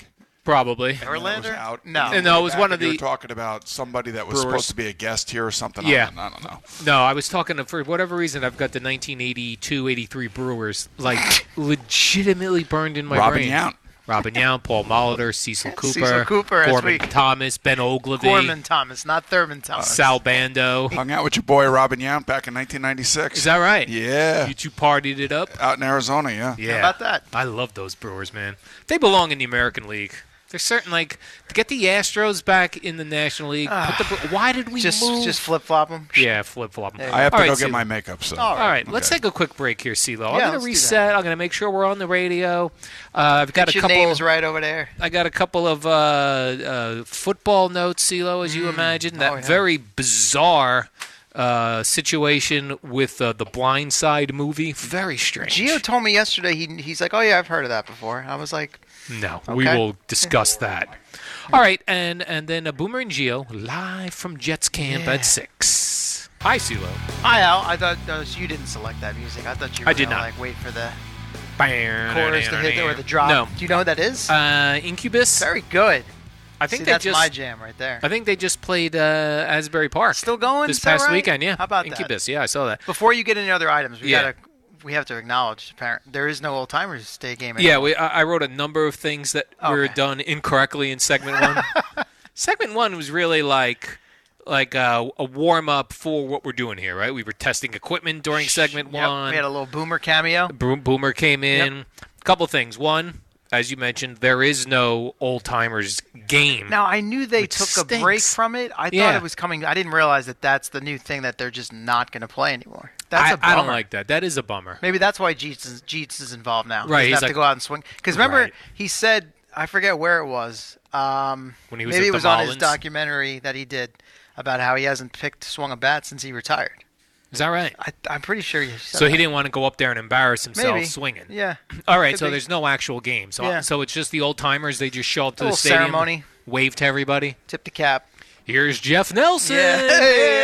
Speaker 3: Probably.
Speaker 7: And then it was
Speaker 4: Verlander?
Speaker 7: out.
Speaker 4: No.
Speaker 7: you
Speaker 3: And no, it
Speaker 7: came
Speaker 3: was
Speaker 7: back
Speaker 3: one
Speaker 7: and
Speaker 3: of
Speaker 7: you were
Speaker 3: the-
Speaker 7: talking about somebody that was
Speaker 3: Brewers.
Speaker 7: supposed to be a guest here or something. I
Speaker 3: Yeah.
Speaker 7: don't, I don't know.
Speaker 3: No, I was talking to, for whatever reason, I've got the 1982 83 Brewers, like, legitimately burned in my
Speaker 7: Robin
Speaker 3: brain.
Speaker 7: Yount.
Speaker 3: Robin Yount, Paul Molitor, Cecil Cooper,
Speaker 4: Cecil Cooper, as
Speaker 3: Gorman
Speaker 4: we-
Speaker 3: Thomas, Ben Ogilvie,
Speaker 4: Gorman Thomas, not Thurman Thomas.
Speaker 3: Sal Bando.
Speaker 7: Hung out with your boy Robin Yount back in 1996.
Speaker 3: Is that right?
Speaker 7: Yeah.
Speaker 3: You two partied it up?
Speaker 7: Out in Arizona, yeah.
Speaker 3: Yeah.
Speaker 4: about that?
Speaker 3: I love those Brewers, man. They belong in the American League. They're certain, like, to get the Astros back in the National League. put the, Bre- why did we
Speaker 4: just
Speaker 3: move?
Speaker 4: just flip flop them.
Speaker 3: yeah, flip flop.
Speaker 7: I have to go get my makeup. So.
Speaker 3: All right, let's take a quick break here, CeeLo. I'm
Speaker 4: Yeah,
Speaker 3: going
Speaker 4: let's
Speaker 3: to
Speaker 4: do
Speaker 3: reset. I'm going to make sure we're on the radio. Uh, I've got a
Speaker 4: Your
Speaker 3: couple.
Speaker 4: name's right over there.
Speaker 3: I got a couple of uh, uh, football notes, CeeLo, as you imagine. That
Speaker 4: Oh, yeah.
Speaker 3: very bizarre uh, situation with uh, the Blind Side movie. Very strange.
Speaker 4: Gio told me yesterday. He he's like, oh yeah, I've heard of that before. I was like,
Speaker 3: No, we
Speaker 4: Okay.
Speaker 3: will discuss that. All right, and and then a Boomer and Geo live from Jets camp
Speaker 4: Yeah.
Speaker 3: at six. Hi, CeeLo.
Speaker 4: hi Al. I thought that was, you didn't select that music. I thought you. Were
Speaker 3: I did
Speaker 4: gonna,
Speaker 3: not.
Speaker 4: Like wait for the
Speaker 3: Chorus
Speaker 4: chorus to hit or the drop.
Speaker 3: No,
Speaker 4: Do you know who that is?
Speaker 3: uh, Incubus.
Speaker 4: Very good.
Speaker 3: I think
Speaker 4: See,
Speaker 3: they
Speaker 4: that's
Speaker 3: just.
Speaker 4: my jam right there.
Speaker 3: I think they just played uh, Asbury Park.
Speaker 4: Still going?
Speaker 3: this
Speaker 4: Is that
Speaker 3: past
Speaker 4: right?
Speaker 3: weekend. Yeah.
Speaker 4: How about that?
Speaker 3: Incubus? Yeah, I saw that.
Speaker 4: Before you get into other items, we
Speaker 3: Yeah.
Speaker 4: gotta we have to acknowledge apparent there is no old timers day game.
Speaker 3: Yeah,
Speaker 4: anymore.
Speaker 3: we, I, I wrote a number of things that were
Speaker 4: Okay.
Speaker 3: done incorrectly in segment one. segment one was really like like uh, a warm up for what we're doing here, right? We were testing equipment during segment
Speaker 4: Yep,
Speaker 3: one.
Speaker 4: we had a little boomer cameo.
Speaker 3: Bo- Boomer came in. A couple things. One, as you mentioned, there is no old timers game.
Speaker 4: Now I knew they
Speaker 3: Which
Speaker 4: took a break
Speaker 3: stinks.
Speaker 4: from it. I
Speaker 3: Yeah.
Speaker 4: thought it was coming. I didn't realize that that's the new thing that they're just not going to play anymore. That's
Speaker 3: I
Speaker 4: a
Speaker 3: I
Speaker 4: bummer.
Speaker 3: don't like that. That is a bummer.
Speaker 4: Maybe that's why Jeets is, Jeets is involved now.
Speaker 3: Right,
Speaker 4: he
Speaker 3: he's
Speaker 4: doesn't have to
Speaker 3: like-
Speaker 4: go out and swing. Because remember,
Speaker 3: Right.
Speaker 4: he said I forget where it was. Um,
Speaker 3: When he was
Speaker 4: maybe
Speaker 3: at
Speaker 4: it
Speaker 3: the
Speaker 4: was on his
Speaker 3: Marlins?
Speaker 4: documentary that he did about how he hasn't picked swung a bat since he retired.
Speaker 3: Is that right?
Speaker 4: I, I'm pretty sure you.
Speaker 3: So he didn't want to go up there and embarrass himself
Speaker 4: Maybe.
Speaker 3: swinging.
Speaker 4: Yeah.
Speaker 3: All right,
Speaker 4: Could
Speaker 3: so
Speaker 4: be.
Speaker 3: there's no actual game. So uh,
Speaker 4: Yeah.
Speaker 3: so it's just the old timers. They just show up to
Speaker 4: A
Speaker 3: the
Speaker 4: little
Speaker 3: stadium,
Speaker 4: ceremony.
Speaker 3: wave to everybody,
Speaker 4: tip the cap.
Speaker 3: Here's Jeff Nelson.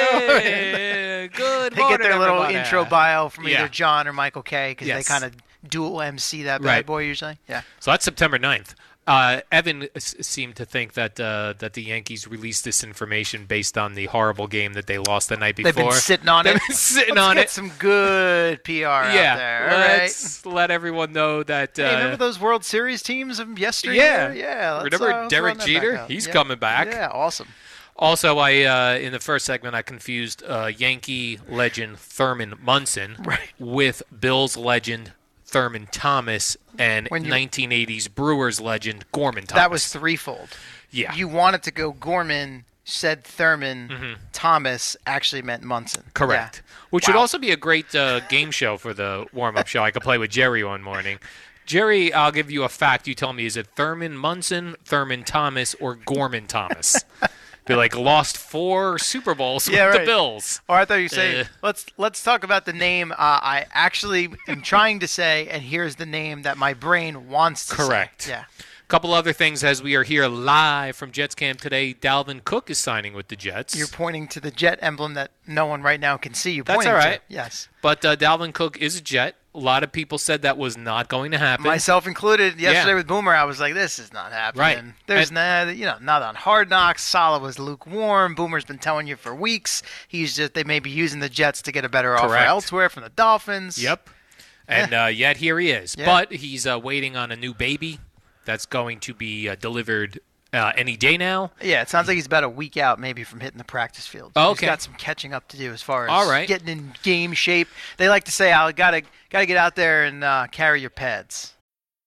Speaker 4: Yeah.
Speaker 3: Good
Speaker 4: They get their
Speaker 3: morning,
Speaker 4: little
Speaker 3: everybody.
Speaker 4: intro bio from
Speaker 3: Yeah.
Speaker 4: either John or Michael K because
Speaker 3: Yes.
Speaker 4: they kind of dual MC that bad
Speaker 3: Right.
Speaker 4: boy usually. Yeah.
Speaker 3: So that's September 9th. Uh, Evan s- seemed to think that uh, that the Yankees released this information based on the horrible game that they lost the night before.
Speaker 4: They've been sitting on
Speaker 3: They've
Speaker 4: it.
Speaker 3: been sitting
Speaker 4: Let's
Speaker 3: on
Speaker 4: get
Speaker 3: it.
Speaker 4: Some good PR
Speaker 3: yeah,
Speaker 4: out there. All right.
Speaker 3: let's let everyone know that. Uh,
Speaker 4: Hey, remember those World Series teams of yesterday?
Speaker 3: Yeah.
Speaker 4: yeah. Let's,
Speaker 3: Remember
Speaker 4: uh, let's
Speaker 3: Derek
Speaker 4: run that
Speaker 3: Jeter?
Speaker 4: back up.
Speaker 3: He's
Speaker 4: Yeah.
Speaker 3: coming back.
Speaker 4: Yeah, awesome.
Speaker 3: Also, I uh, in the first segment I confused uh, Yankee legend Thurman Munson with Bills legend Thurman Thomas and
Speaker 4: When you-
Speaker 3: 1980s Brewers legend Gorman Thomas.
Speaker 4: That was threefold.
Speaker 3: Yeah. Mm-hmm.
Speaker 4: You wanted to go Gorman, said Thurman, Thomas actually meant Munson.
Speaker 3: Correct. Which would also be a great uh, game show for the warm-up show. I could play with Jerry one morning. Jerry, I'll give you a fact. You tell me: is it Thurman Munson, Thurman Thomas, or Gorman Thomas? Be like lost four Super Bowls
Speaker 4: Yeah,
Speaker 3: with
Speaker 4: right.
Speaker 3: the Bills.
Speaker 4: Or Oh, I thought you say
Speaker 3: Uh,
Speaker 4: let's let's talk about the name uh, I actually am trying to say, and here's the name that my brain wants to say.
Speaker 3: Correct.
Speaker 4: Yeah.
Speaker 3: couple other things as we are here live from Jets camp today. Dalvin Cook is signing with the Jets.
Speaker 4: You're pointing to the jet emblem that no one right now can see you
Speaker 3: That's
Speaker 4: pointing
Speaker 3: all right.
Speaker 4: to. Yes.
Speaker 3: But uh, Dalvin Cook is a Jet. A lot of people said that was not going to happen.
Speaker 4: Myself included, yesterday
Speaker 3: Yeah.
Speaker 4: with Boomer, I was like, this is not happening.
Speaker 3: Right.
Speaker 4: There's nada, you know, not on Hard Knocks. Salah was lukewarm. Boomer's been telling you for weeks. He's just, they may be using the Jets to get a better offer
Speaker 3: Correct.
Speaker 4: elsewhere from the Dolphins.
Speaker 3: Yep. And uh, yet here he is.
Speaker 4: Yeah.
Speaker 3: But he's uh, waiting on a new baby that's going to be uh, delivered uh, any day now.
Speaker 4: Yeah, it sounds like he's about a week out maybe from hitting the practice field.
Speaker 3: Oh, Okay.
Speaker 4: He's got some catching up to do as far as
Speaker 3: All right.
Speaker 4: getting in game shape. They like to say, I gotta gotta get out there and uh, carry your pads.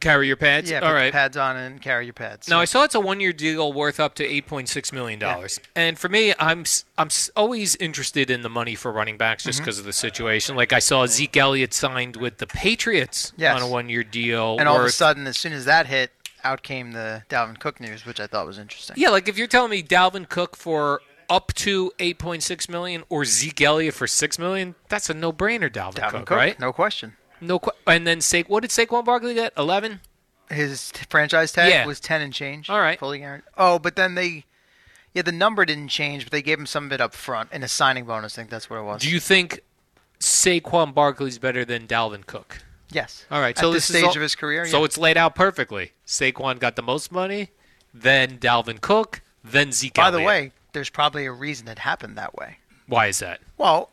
Speaker 3: Carry your pads.
Speaker 4: Yeah,
Speaker 3: All
Speaker 4: put
Speaker 3: right.
Speaker 4: the pads on and carry your pads.
Speaker 3: Now I saw it's a one-year deal worth up to 8.6 million dollars, and for me, I'm s- I'm s- always interested in the money for running backs just
Speaker 4: Mhm.
Speaker 3: because of the situation. Like I saw Zeke Elliott signed with the Patriots
Speaker 4: Yes.
Speaker 3: on a one-year deal,
Speaker 4: and all of a
Speaker 3: worth-
Speaker 4: sudden, as soon as that hit, out came the Dalvin Cook news, which I thought was interesting.
Speaker 3: Yeah, like if you're telling me Dalvin Cook for up to 8.6 million or Zeke Elliott for 6 million, that's a no-brainer Dalvin,
Speaker 4: Dalvin
Speaker 3: Cook,
Speaker 4: Cook,
Speaker 3: right?
Speaker 4: no question.
Speaker 3: No qu- and then Sa- what did Saquon Barkley get? 11?
Speaker 4: His t- franchise tag
Speaker 3: Yeah.
Speaker 4: was ten and change. All right, fully guaranteed. Oh, but then they, yeah, the number didn't change, but they gave him some of it up front in a signing bonus. I think that's what it was.
Speaker 3: Do you think Saquon Barkley's better than Dalvin Cook?
Speaker 4: Yes.
Speaker 3: All right,
Speaker 4: At
Speaker 3: so
Speaker 4: this
Speaker 3: is
Speaker 4: stage
Speaker 3: all-
Speaker 4: of his career,
Speaker 3: So
Speaker 4: yeah.
Speaker 3: it's laid out perfectly. Saquon got the most money, then Dalvin Cook, then Zeke
Speaker 4: By the
Speaker 3: Elliott.
Speaker 4: way, there's probably a reason it happened that way.
Speaker 3: why is that?
Speaker 4: Well,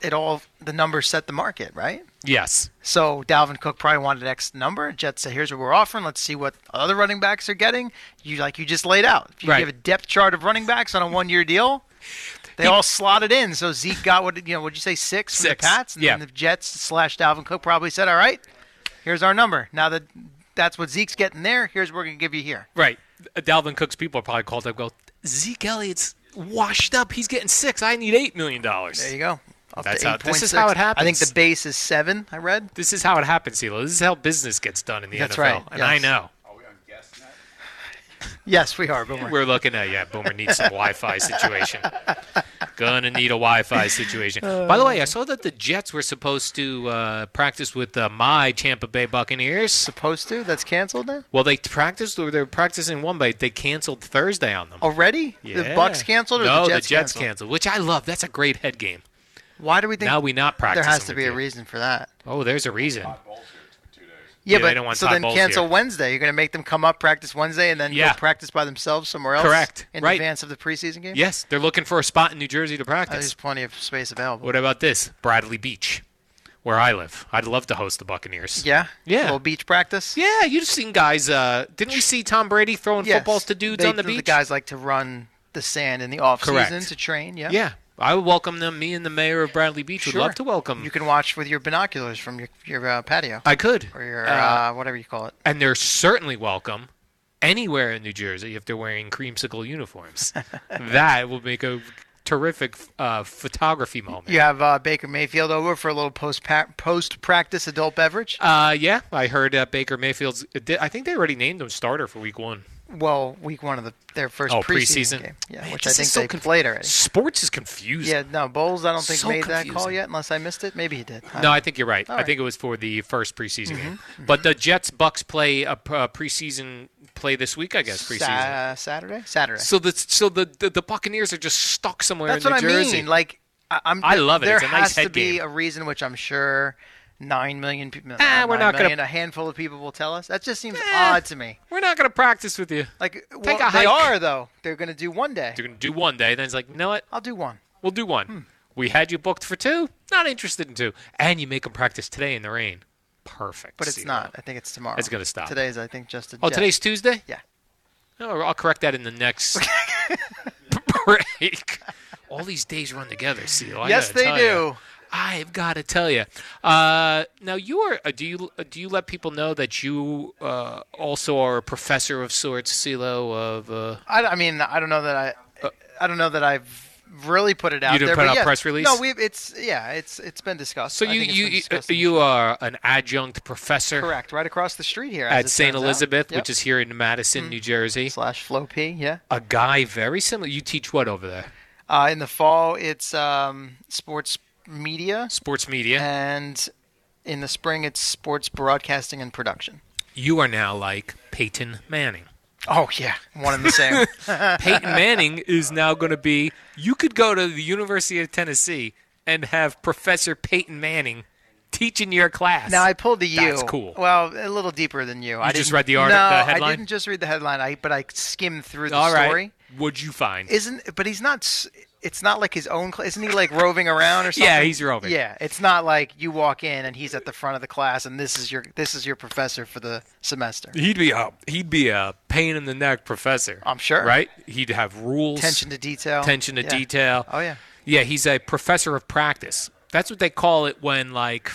Speaker 4: it all the numbers set the market, right?
Speaker 3: Yes.
Speaker 4: So Dalvin Cook probably wanted X number. Jets said, "Here's what we're offering. Let's see what other running backs are getting." You like you just laid out. If you
Speaker 3: Right.
Speaker 4: give a depth chart of running backs on a one-year deal, they all slotted in. So Zeke got what you know. Would you say six? From
Speaker 3: Six,
Speaker 4: The Pats and
Speaker 3: yeah.
Speaker 4: then the Jets slash Dalvin Cook probably said, "All right, here's our number. Now that that's what Zeke's getting there, here's what we're gonna give you here."
Speaker 3: Right. Dalvin Cook's people probably called up and go, Zeke Elliott's washed up. He's getting six. I need $8 million.
Speaker 4: There you go. Up
Speaker 3: That's
Speaker 4: to
Speaker 3: how-
Speaker 4: 8.6.
Speaker 3: this is how it
Speaker 4: I think the
Speaker 3: happens.
Speaker 4: base is seven. I read.
Speaker 3: This is how it happens, Hilo. This is how business gets done in the
Speaker 4: That's
Speaker 3: NFL.
Speaker 4: right,
Speaker 3: And I
Speaker 4: yes.
Speaker 3: know.
Speaker 4: Yes, we are. Boomer.
Speaker 3: We're looking at, yeah, Boomer needs some Wi Fi situation. Gonna need a Wi Fi situation.
Speaker 4: Uh.
Speaker 3: By the way, I saw that the Jets were supposed to uh, practice with uh, my Tampa Bay Buccaneers.
Speaker 4: Supposed to? That's canceled now?
Speaker 3: Well, they practiced, they were practicing one, but they canceled Thursday on them.
Speaker 4: Already? Oh, The
Speaker 3: Yeah.
Speaker 4: Bucks canceled or
Speaker 3: no,
Speaker 4: the Jets,
Speaker 3: canceled? which I love. That's a great head game.
Speaker 4: Why do we think
Speaker 3: Now we not
Speaker 4: there
Speaker 3: practicing
Speaker 4: has to
Speaker 3: with
Speaker 4: be a
Speaker 3: you.
Speaker 4: reason for that?
Speaker 3: Oh, there's a reason.
Speaker 4: Yeah,
Speaker 3: Yeah,
Speaker 4: but
Speaker 3: they don't want
Speaker 4: so
Speaker 3: Todd
Speaker 4: then
Speaker 3: Bowles
Speaker 4: cancel
Speaker 3: here.
Speaker 4: Wednesday. You're going to make them come up practice Wednesday and then go
Speaker 3: Yeah.
Speaker 4: practice by themselves somewhere else.
Speaker 3: Correct.
Speaker 4: In
Speaker 3: Right.
Speaker 4: advance of the preseason game.
Speaker 3: Yes, they're looking for a spot in New Jersey to
Speaker 4: Uh,
Speaker 3: practice.
Speaker 4: there's plenty of space available.
Speaker 3: What about this? Bradley Beach, where I live. I'd love to host the Buccaneers.
Speaker 4: Yeah. A
Speaker 3: Yeah.
Speaker 4: little beach practice.
Speaker 3: Yeah, you've seen guys. Uh, didn't we see Tom Brady throwing
Speaker 4: Yes.
Speaker 3: footballs to dudes
Speaker 4: They-
Speaker 3: on the
Speaker 4: The
Speaker 3: beach?
Speaker 4: guys like to run the sand in the off season
Speaker 3: Correct.
Speaker 4: to train. Yeah.
Speaker 3: Yeah, I would welcome them. Me and the mayor of Bradley Beach
Speaker 4: Sure.
Speaker 3: would love to welcome.
Speaker 4: You can watch with your binoculars from your your uh, patio.
Speaker 3: I could.
Speaker 4: Or your
Speaker 3: Uh,
Speaker 4: uh, whatever you call it.
Speaker 3: and they're certainly welcome anywhere in New Jersey if they're wearing creamsicle uniforms. that will make a terrific uh, photography moment.
Speaker 4: You have uh, Baker Mayfield over for a little post post practice adult beverage.
Speaker 3: Uh, yeah, I heard uh, Baker Mayfield's. I think they already named him starter for Week One.
Speaker 4: Well, week one of the their first
Speaker 3: oh,
Speaker 4: preseason,
Speaker 3: preseason.
Speaker 4: game. Yeah,
Speaker 3: Man,
Speaker 4: which I
Speaker 3: this is
Speaker 4: think
Speaker 3: so
Speaker 4: they
Speaker 3: conf-
Speaker 4: played already.
Speaker 3: Sports is confusing.
Speaker 4: Yeah, no, Bowles. I don't think
Speaker 3: So
Speaker 4: made that call
Speaker 3: confusing.
Speaker 4: yet, unless I missed it. Maybe he did.
Speaker 3: No, I think you're right.
Speaker 4: uh, All Mm-hmm,
Speaker 3: I think it was for the first preseason game. But the Jets Bucks play a p- uh, preseason play this week, I guess. Preseason.
Speaker 4: Sa- Saturday. Saturday.
Speaker 3: So the so the, the the Buccaneers are just stuck somewhere
Speaker 4: That's
Speaker 3: in New
Speaker 4: what I
Speaker 3: Jersey.
Speaker 4: mean. Like I- I'm.
Speaker 3: I love it.
Speaker 4: There
Speaker 3: It's a nice
Speaker 4: has to
Speaker 3: head
Speaker 4: be
Speaker 3: game.
Speaker 4: a reason, which I'm sure nine million people.
Speaker 3: Ah, we're not gonna-
Speaker 4: A handful of people will tell us. That just seems odd to me.
Speaker 3: Eh, We're not going to practice with you.
Speaker 4: Like well,
Speaker 3: Take a
Speaker 4: they
Speaker 3: hike.
Speaker 4: are though. They're going to do one day.
Speaker 3: They're going to do one day, then it's like, you know what?
Speaker 4: I'll do one.
Speaker 3: We'll do one.
Speaker 4: Hmm.
Speaker 3: We had you booked for two. Not interested in two. And you make them practice today in the rain. Perfect.
Speaker 4: But it's
Speaker 3: Steve.
Speaker 4: not. I think it's tomorrow.
Speaker 3: uh, It's gonna stop.
Speaker 4: Today's, I think, just a.
Speaker 3: Oh,
Speaker 4: jet.
Speaker 3: today's Tuesday.
Speaker 4: Yeah.
Speaker 3: No, I'll correct that in the next break. All these days run together, Seal. I
Speaker 4: Yes,
Speaker 3: gotta
Speaker 4: they
Speaker 3: tell
Speaker 4: do.
Speaker 3: ya. I've got to tell you. Uh, now, you are. Uh, do you uh, do you let people know that you uh, also are a professor of sorts, Silo? Of uh,
Speaker 4: I, I mean, I don't know that I, I don't know that I've really put it out
Speaker 3: didn't
Speaker 4: there.
Speaker 3: put
Speaker 4: but
Speaker 3: out
Speaker 4: yeah.
Speaker 3: press release?
Speaker 4: No, we. It's yeah. It's it's been discussed.
Speaker 3: so
Speaker 4: I
Speaker 3: you
Speaker 4: think it's been discussed.
Speaker 3: you uh, you are an adjunct professor
Speaker 4: correct right across the street here as
Speaker 3: at
Speaker 4: it
Speaker 3: Saint
Speaker 4: turns out.
Speaker 3: Elizabeth,
Speaker 4: Yep. Mm.
Speaker 3: which is here in Madison, New Jersey.
Speaker 4: Slash Flo P. Yeah.
Speaker 3: A guy very similar. You teach what over there?
Speaker 4: Uh, in the fall, it's um, sports media,
Speaker 3: sports media,
Speaker 4: Uh, and in the spring, it's sports broadcasting and production.
Speaker 3: You are now like Peyton Manning.
Speaker 4: Oh yeah, one and the same.
Speaker 3: Peyton Manning is now going to be. You could go to the University of Tennessee and have Professor Peyton Manning teaching your class.
Speaker 4: Now I pulled the U.
Speaker 3: That's cool.
Speaker 4: Well, a little deeper than you. I
Speaker 3: just
Speaker 4: didn't-
Speaker 3: read the art-
Speaker 4: No,
Speaker 3: the headline?
Speaker 4: I didn't just read the headline. I but I skimmed through the
Speaker 3: All right.
Speaker 4: story.
Speaker 3: What'd you find?
Speaker 4: Isn't? But he's not. s- It's not like his own. Cl- isn't he like roving around or something?
Speaker 3: Yeah, he's roving.
Speaker 4: Yeah, it's not like you walk in and he's at the front of the class and this is your this is your professor for the semester.
Speaker 3: he'd be a he'd be a pain in the neck professor. I'm
Speaker 4: sure.
Speaker 3: Right? He'd have rules.
Speaker 4: Attention to detail.
Speaker 3: Attention to
Speaker 4: Yeah.
Speaker 3: detail.
Speaker 4: Oh yeah.
Speaker 3: Yeah, he's a professor of practice. That's what they call it when like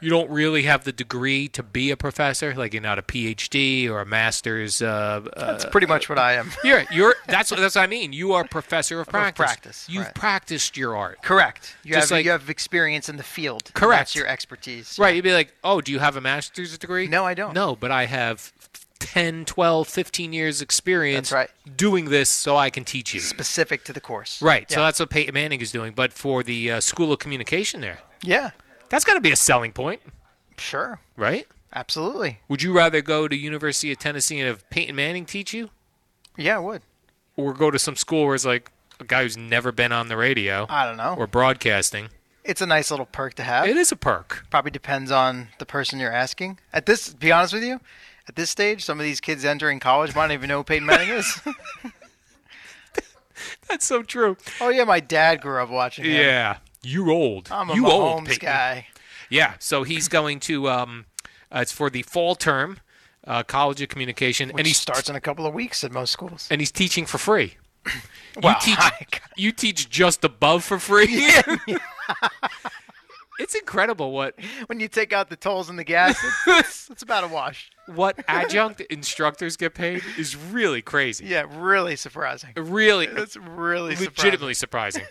Speaker 3: you don't really have the degree to be a professor, like you're not a PhD or a master's. Uh,
Speaker 4: That's pretty much what I am.
Speaker 3: You're, you're that's what that's what I mean. You are a professor of practice.
Speaker 4: practice,
Speaker 3: You've
Speaker 4: right.
Speaker 3: practiced your art.
Speaker 4: Correct. You
Speaker 3: Just
Speaker 4: have
Speaker 3: like-
Speaker 4: you have experience in the field.
Speaker 3: Correct.
Speaker 4: That's your expertise.
Speaker 3: Right, you'd be like, "Oh, do you have a master's degree?" No, I don't. No, but I have 10, 12, 15 years experience doing this so I can teach you.
Speaker 4: Specific to the course.
Speaker 3: Right. So
Speaker 4: Yeah.
Speaker 3: that's what Peyton Manning is doing, but for the uh, School of Communication there.
Speaker 4: Yeah.
Speaker 3: That's got to be a selling point,
Speaker 4: Sure.
Speaker 3: right?
Speaker 4: Absolutely.
Speaker 3: Would you rather go to University of Tennessee and have Peyton Manning teach you,
Speaker 4: Yeah, I would.
Speaker 3: or go to some school where it's like a guy who's never been on the radio?
Speaker 4: I don't know.
Speaker 3: Or broadcasting.
Speaker 4: It's a nice little perk to have. It
Speaker 3: is a perk.
Speaker 4: Probably depends on the person you're asking. At this, to be honest with you, at this stage, some of these kids entering college might not even know who Peyton Manning is.
Speaker 3: That's so true.
Speaker 4: Oh yeah, my dad grew up watching him.
Speaker 3: Yeah, you old.
Speaker 4: I'm a
Speaker 3: you old
Speaker 4: Mahomes
Speaker 3: Peyton.
Speaker 4: guy.
Speaker 3: Yeah, so he's going to. Um, uh, it's for the fall term, uh, College of Communication,
Speaker 4: Which
Speaker 3: and he
Speaker 4: starts in a couple of weeks at most schools.
Speaker 3: and he's teaching for free.
Speaker 4: Wow.
Speaker 3: you teach you teach just above for free. it's incredible what
Speaker 4: When you take out the tolls and the gas, it's, it's about a wash.
Speaker 3: what adjunct instructors get paid is really crazy.
Speaker 4: Yeah, really surprising.
Speaker 3: Really,
Speaker 4: That's really surprising.
Speaker 3: legitimately surprising.